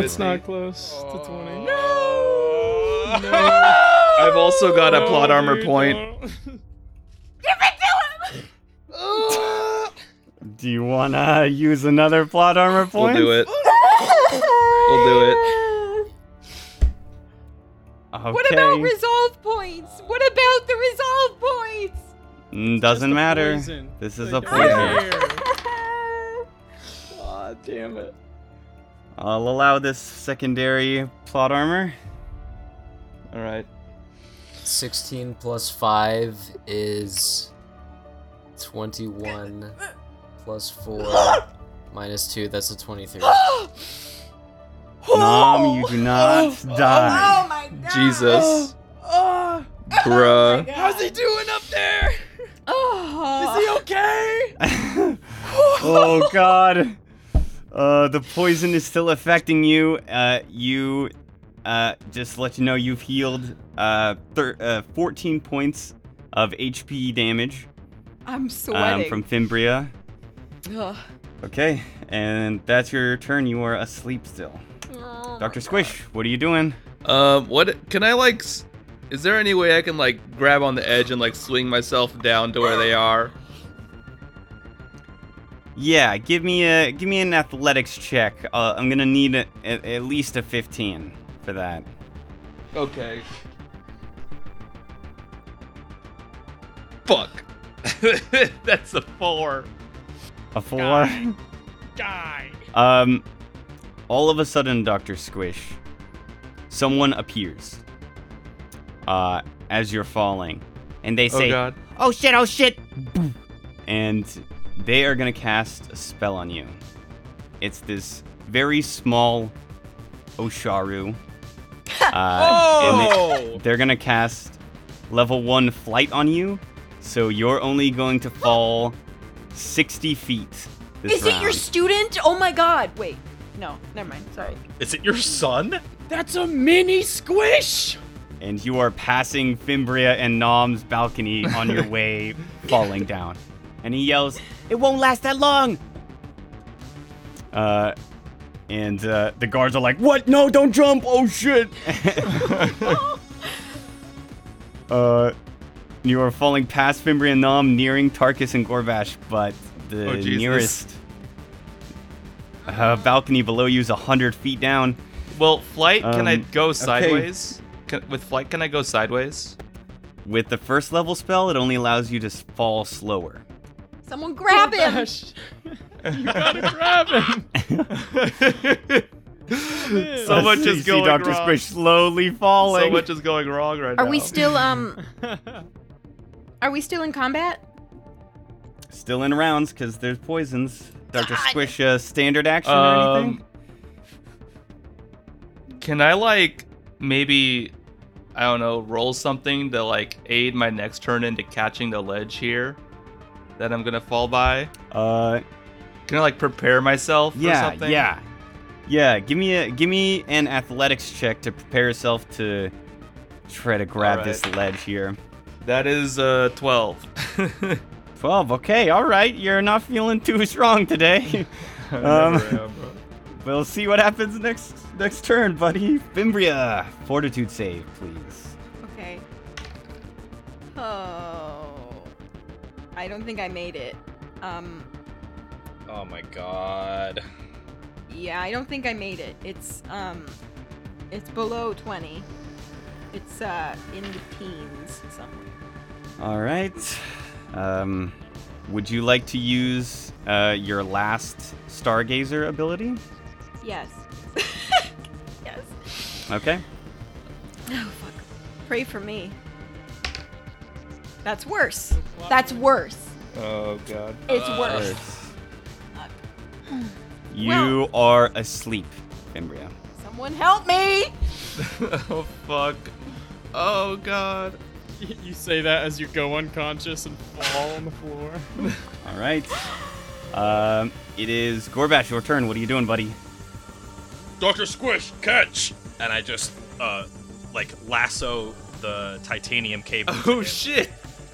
S6: that's
S2: Seventy.
S6: not close to 20.
S2: No.
S6: No.
S2: I've also got a plot
S6: No,
S2: armor
S6: dude,
S2: point.
S6: don't.
S1: Do you wanna use another plot armor
S2: We'll
S1: point?
S2: do it. We'll do it.
S1: Okay.
S3: What about resolve points? What about the resolve points?
S1: Mm, Doesn't matter.
S6: Poison.
S1: This is
S6: They
S1: a
S6: don't
S1: poison.
S6: care.
S3: God damn it.
S1: I'll allow this secondary plot armor.
S2: All right.
S5: 16 plus 5 is 21 plus 4 minus 2 that's a 23
S1: Mom, you do not
S3: Oh
S1: die.
S3: my god.
S2: Jesus. Oh Bruh.
S3: How's he doing up there? Oh.
S1: oh god. Uh, the poison is still affecting you. Uh, you, uh, just to let you know you've healed uh, thir- uh 14 points of HP damage
S14: I'm
S1: um,
S14: sweating.
S1: from Fimbria.
S14: Ugh.
S1: Okay, and that's your turn. You are asleep still. Dr. Squish, what are you doing?
S2: Um, what can I like? s- Is there any way I can like grab on the edge and like swing myself down to where they are?
S1: Yeah, give me a give me an athletics check. Uh, I'm gonna need a, a- at least a 15 for that.
S2: Okay. Fuck. That's a four.
S1: A four. Die. Um, all of a sudden, Doctor Squish, someone appears. Uh, as you're falling, and they say,
S2: Oh god.
S1: "Oh shit! Oh shit!" Boom. And they are gonna cast a spell on you. It's this very small Osharu. Uh, and
S2: Oh.
S1: they- they're gonna cast level one flight on you, so you're only going to fall 60 feet. This
S3: Is it your
S1: round.
S3: student? Oh my god. Wait. No, never mind. Sorry.
S4: Is it your son?
S6: That's a mini squish.
S1: and you are passing Fimbria and Nom's balcony on your way falling down. And he yells, It won't last that long! Uh, and uh, the guards are like, What? No, don't jump! Oh shit! uh, you are falling past Fimbria and Nom, nearing Tarkus and Gorbash, but the
S2: Oh, Jesus.
S1: nearest uh, balcony below you is 100 feet down.
S2: Well, flight. can I
S1: Um,
S2: go sideways? Can, with flight, can I go sideways?
S1: With the first level spell, it only allows you to s- fall slower.
S3: Someone grab him.
S6: Gosh. you gotta grab him.
S2: So much
S1: You
S2: is
S1: see
S2: going
S1: Dr.
S2: wrong.
S1: Squish slowly falling.
S2: So much is going wrong right
S14: Are
S2: now.
S14: we still um? Are we still in combat?
S1: Still in rounds because there's poisons. Dr. Squish, uh, standard action or anything?
S2: Um, can I like maybe I don't know roll something to like aid my next turn into catching the ledge here that I'm gonna fall by?
S1: Uh,
S2: Can I like prepare myself
S1: yeah,
S2: or something?
S1: yeah, yeah. Give me a give me an athletics check to prepare yourself to try to grab
S2: All
S1: this
S2: right.
S1: ledge here.
S2: That is uh 12.
S1: 12. Okay, all right. You're not feeling too strong today.
S2: I
S1: Um,
S2: never am, bro.
S1: we'll see what happens next next turn, buddy. Fimbria, fortitude save, please.
S3: Okay. Oh. I don't think I made it. Um,
S4: Oh my god.
S3: yeah, I don't think I made it. It's, um, it's below 20. It's, uh, in the teens somewhere.
S1: All right. Um, would you like to use uh, your last stargazer ability?
S3: Yes. yes.
S1: Okay.
S3: Oh, fuck. Pray for me. That's worse. That's worse.
S2: Oh god.
S3: It's
S1: Uh,
S3: worse.
S1: You are asleep, Fimbria.
S3: Someone help me!
S2: oh fuck. Oh god.
S6: You say that as you go unconscious and fall on the floor.
S1: All right. Um, it is Gorbash, your turn. What are you doing, buddy?
S4: Dr. Squish, catch! And I just, uh, like, lasso the titanium cable. to
S2: Oh
S4: him.
S2: shit.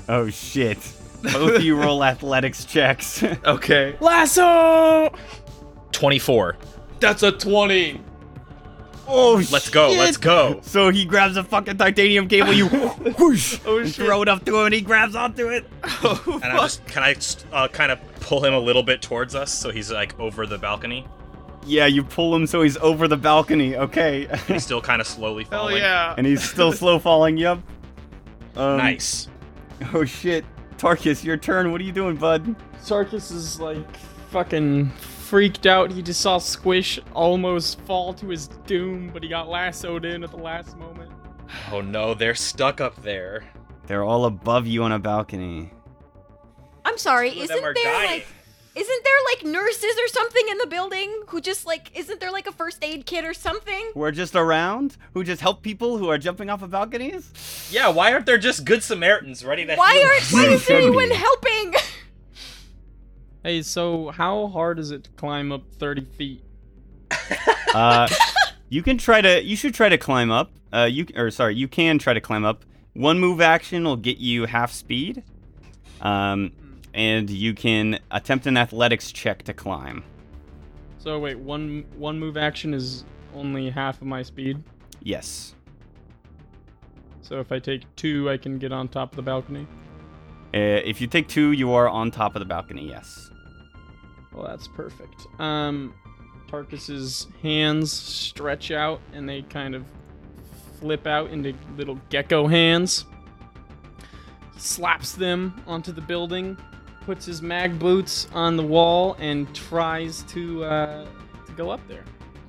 S1: Oh shit! Both of you roll athletics checks.
S2: Okay.
S6: Lasso!
S4: 24.
S2: That's a 20.
S1: oh,
S4: Let's go, let's go.
S1: So he grabs a fucking titanium cable. You whoosh,
S2: Oh,
S1: you
S2: shit.
S1: throw it up to him, and he grabs onto it.
S2: Oh,
S4: And I just, can I just, uh, kind of pull him a little bit towards us so he's, like, over the balcony?
S1: Yeah, you pull him so he's over the balcony. Okay,
S4: And he's still kind of slowly
S2: hell
S4: falling.
S2: yeah.
S1: and he's still slow falling. Yep. Um,
S4: Nice.
S1: Oh shit, Tarkus, your turn. What are you doing, bud?
S6: Sarkis is like fucking freaked out. He just saw Squish almost fall to his doom, but he got lassoed in at the last moment.
S4: Oh no, they're stuck up there.
S1: They're all above you on a balcony.
S9: I'm sorry,
S4: Some of them
S9: isn't
S4: are
S9: there
S4: dying.
S9: like isn't there like nurses or something in the building who just like isn't there like a first aid kit or something?
S1: We're just around. Who just help people who are jumping off of balconies?
S4: Yeah, why aren't there just good Samaritans ready to
S9: Why
S4: heal?
S9: aren't why
S1: You
S9: is
S1: should
S9: anyone
S1: be.
S9: helping?
S6: Hey, so how hard is it to climb up 30 feet?
S1: Uh, you can try to. You should try to climb up. Uh, you or sorry, you can try to climb up. One move action will get you half speed. Um, and you can attempt an athletics check to climb.
S6: So wait, one one move action is only half of my speed.
S1: Yes.
S6: So if I take two, I can get on top of the balcony.
S1: Uh, if you take two, you are on top of the balcony. Yes.
S6: Well, that's perfect. Um, Tarkus's hands stretch out and they kind of flip out into little gecko hands. Slaps them onto the building, puts his mag boots on the wall, and tries to uh, to go up there.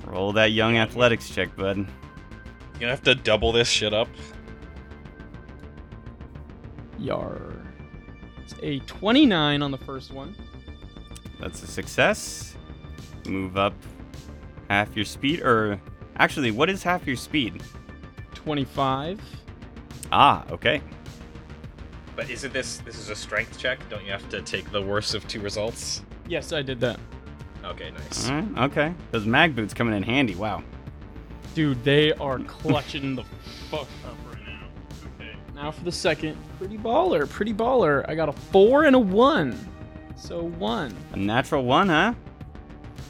S1: Roll that young athletics check, bud.
S4: You gonna have to double this shit up.
S6: Yar. It's a 29 on the first one.
S1: That's a success. Move up half your speed, or actually, what is half your speed?
S6: 25.
S1: Ah, okay.
S4: But isn't this this is a strength check? Don't you have to take the worst of two results?
S6: Yes, I did that.
S4: Okay, nice.
S6: Mm.
S1: All right, okay. Those mag boots coming in handy. Wow.
S6: Dude, they are clutching the fuck up right now. Okay. Now for the second. Pretty baller, pretty baller. I got a four and a one. So one.
S1: A natural one, huh?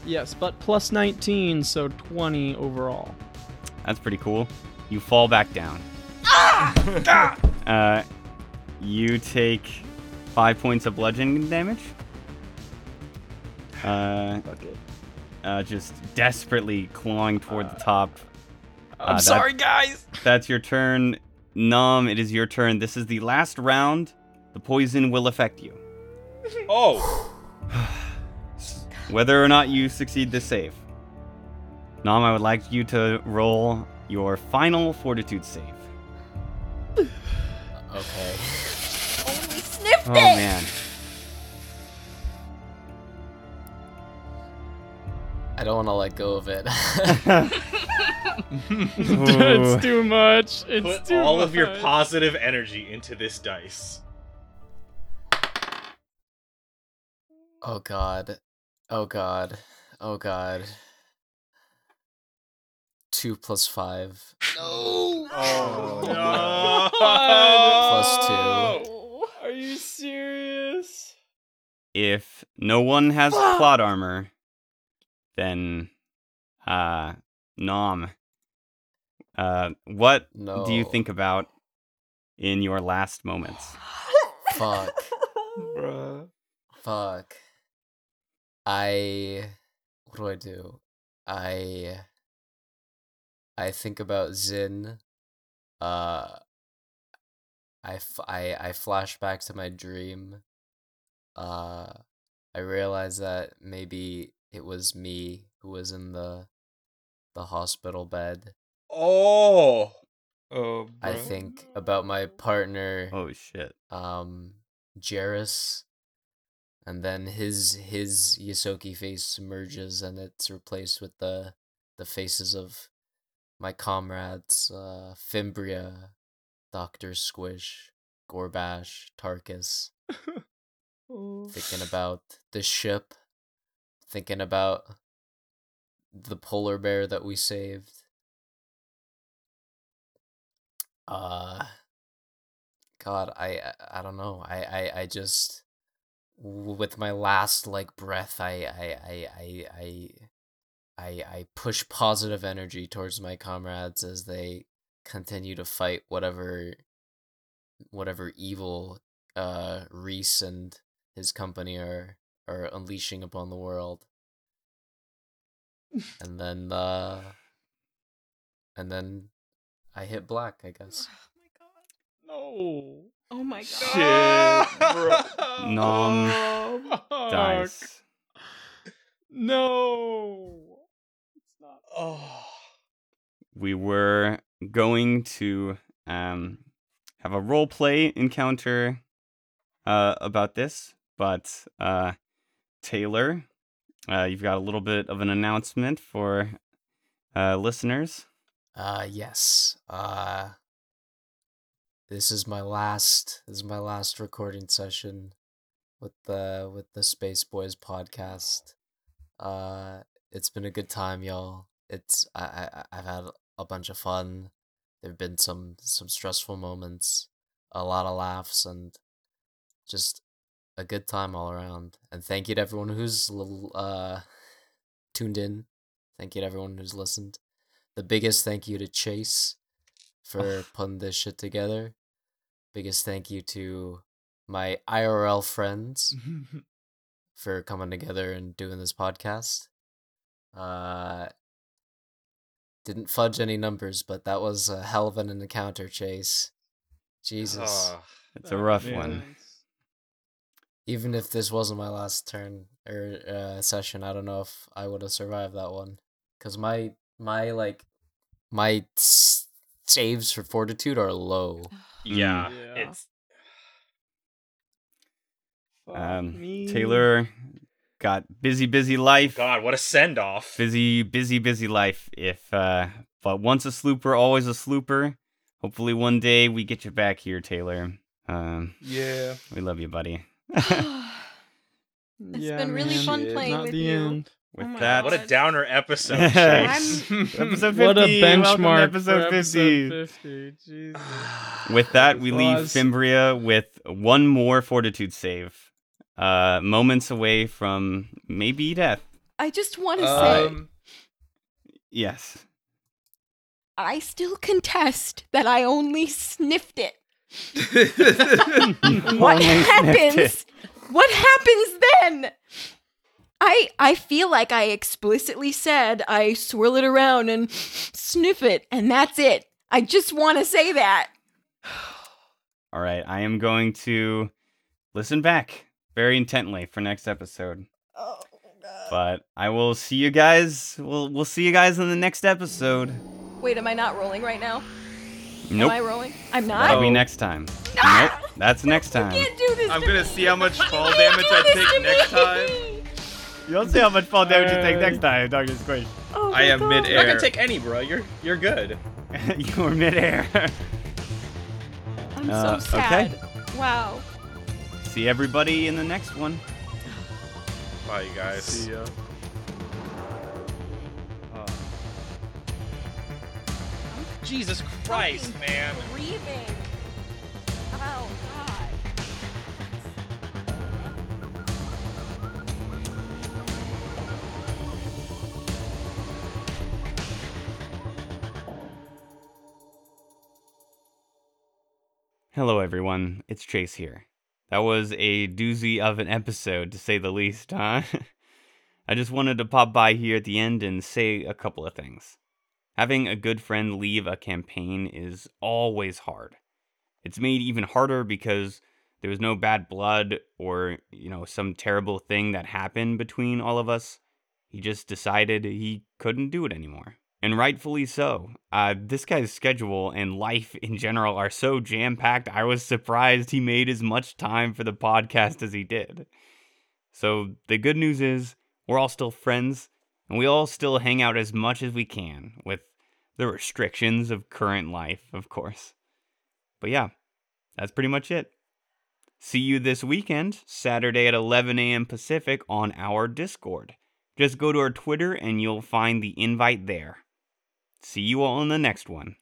S6: Yes, but plus 19, so 20 overall.
S1: That's pretty cool. You fall back down. uh, you take five points of bludgeoning damage. Uh, uh, just desperately clawing toward the top.
S5: Uh,
S1: I'm sorry, guys. That's your turn. Nom, it is your turn. This is the last round. The poison will affect you.
S4: Oh,
S1: Whether or not you succeed this save. Nom, I would like you to roll your final fortitude save.
S5: Okay.
S9: Only sniffed
S1: Oh,
S9: it!
S1: man.
S5: I don't want to let go of it.
S1: Ooh.
S6: it's too much. It's
S4: put
S6: too
S4: all of your
S6: much.
S4: positive energy into this dice.
S5: oh god. Oh god. Oh god. Two plus five.
S7: No.
S4: Oh.
S2: Uh,
S5: Plus
S1: Oh!
S5: two.
S6: Oh,
S4: Oh.
S6: Are you serious?
S1: If no one has plot armor, then uh Nom. Uh what
S5: No.
S1: do you think about in your last moments?
S5: Fuck.
S7: Bruh.
S5: Fuck. I. What do I do? I. I think about Zin. Uh. I, f- I, I flash back to my dream. Uh. I realize that maybe it was me who was in the the hospital bed.
S7: Oh. Oh.
S5: I
S7: bruh.
S5: think about my partner
S1: Oh shit.
S5: um Jairus and then his his Yosoki face submerges and it's replaced with the the faces of my comrades uh Fimbria, Doctor Squish, Gorbash, Tarkus, thinking about the ship, thinking about the polar bear that we saved. Uh God, I I- I don't know. I I I just w- with my last like breath, I I I I I I, I push positive energy towards my comrades as they continue to fight whatever whatever evil uh Reese and his company are are unleashing upon the world. and then uh and then I hit black, I guess.
S6: No.
S10: Oh my god.
S1: Shit, Nom
S6: Oh, fuck.
S1: dies.
S6: No. It's not.
S7: Oh.
S1: we were going to um, have a role play encounter uh, about this, but uh, Taylor, uh, you've got a little bit of an announcement for uh, listeners.
S5: Uh yes. Uh this is my last this is my last recording session with the with the Space Boys podcast. Uh it's been a good time, y'all. It's I I I- I've had a bunch of fun. There've been some some stressful moments, a lot of laughs and just a good time all around. And thank you to everyone who's l- uh tuned in. Thank you to everyone who's listened the biggest thank you to Chase for putting this shit together. Biggest thank you to my IRL friends for coming together and doing this podcast. Uh, didn't fudge any numbers, but that was a hell of an encounter, Chase. Jesus.
S4: Ah.
S1: It's a rough
S6: Yeah.
S1: one.
S5: Even if this wasn't my last turn or uh, session, I don't know if I would have survived that one. Cause my my like my s- saves for fortitude are low.
S1: Ah,
S4: yeah.
S6: Yeah.
S4: It's
S6: Fuck
S1: Um,
S6: me.
S1: Taylor got busy, busy life.
S4: God, what a send off.
S1: Busy, busy, busy life. If uh, but once a slooper, always a slooper. Hopefully, one day we get you back here, Taylor. Um,
S7: Yeah.
S1: we love you,
S6: Oh
S1: buddy.
S6: It's
S10: been really fun playing
S6: not
S10: with
S6: the
S10: you.
S6: End.
S1: With
S10: Oh my
S1: that,
S4: What a downer episode.
S1: Chase. episode 50.
S6: What a
S1: welcome to
S6: benchmark
S1: episode
S6: for
S1: 50.
S6: episode 50. Jesus.
S1: With that, we leave
S6: Applause.
S1: Fimbria with one more fortitude save. Uh, moments away from maybe death.
S10: I just want
S1: Uh,
S10: to say
S7: Um,
S1: Yes.
S10: I still contest that I only sniffed it. What
S1: Only sniffed it.
S10: happens? What happens then? I I feel like I explicitly said I swirl it around and sniff it and that's it. I just want to say that.
S1: All right. I am going to listen back very intently for next episode.
S10: Oh,
S1: But I will see you guys. We'll we'll see you guys in the next episode.
S10: Wait, am I not rolling right now? Am I
S1: Nope.
S10: rolling? I'm not.
S1: That'll be next time. Nope. That's next time.
S10: Can't do this.
S2: I'm
S10: to
S2: gonna
S10: me.
S2: see how much fall
S10: Can't
S2: damage
S10: do
S2: I
S10: this to
S2: take next time.
S10: me.
S1: You'll see how much fall damage
S10: Uh.
S1: you take
S6: Alright.
S1: next time, Doctor Squish.
S10: Oh
S2: I
S10: my God.
S2: am
S4: You're not
S2: midair.
S4: gonna take any, bro. You're you're good.
S1: you were midair.
S10: I'm
S1: Uh,
S10: so sad.
S1: okay.
S10: Wow.
S1: see everybody in the next one.
S4: Bye, you guys.
S6: See ya. Uh,
S4: Jesus Christ, man.
S3: Breathing. Oh God.
S1: Hello, everyone. It's Chase here. That was a doozy of an episode, to say the least, huh? I just wanted to pop by here at the end and say a couple of things. Having a good friend leave a campaign is always hard. It's made even harder because there was no bad blood or, you know, some terrible thing that happened between all of us. He just decided he couldn't do it anymore. And rightfully so. Uh, this guy's schedule and life in general are so jam packed, I was surprised he made as much time for the podcast as he did. So, the good news is, we're all still friends, and we all still hang out as much as we can, with the restrictions of current life, of course. But yeah, that's pretty much it. See you this weekend, Saturday at 11 a.m. Pacific, on our Discord. Just go to our Twitter and you'll find the invite there. See you all in the next one.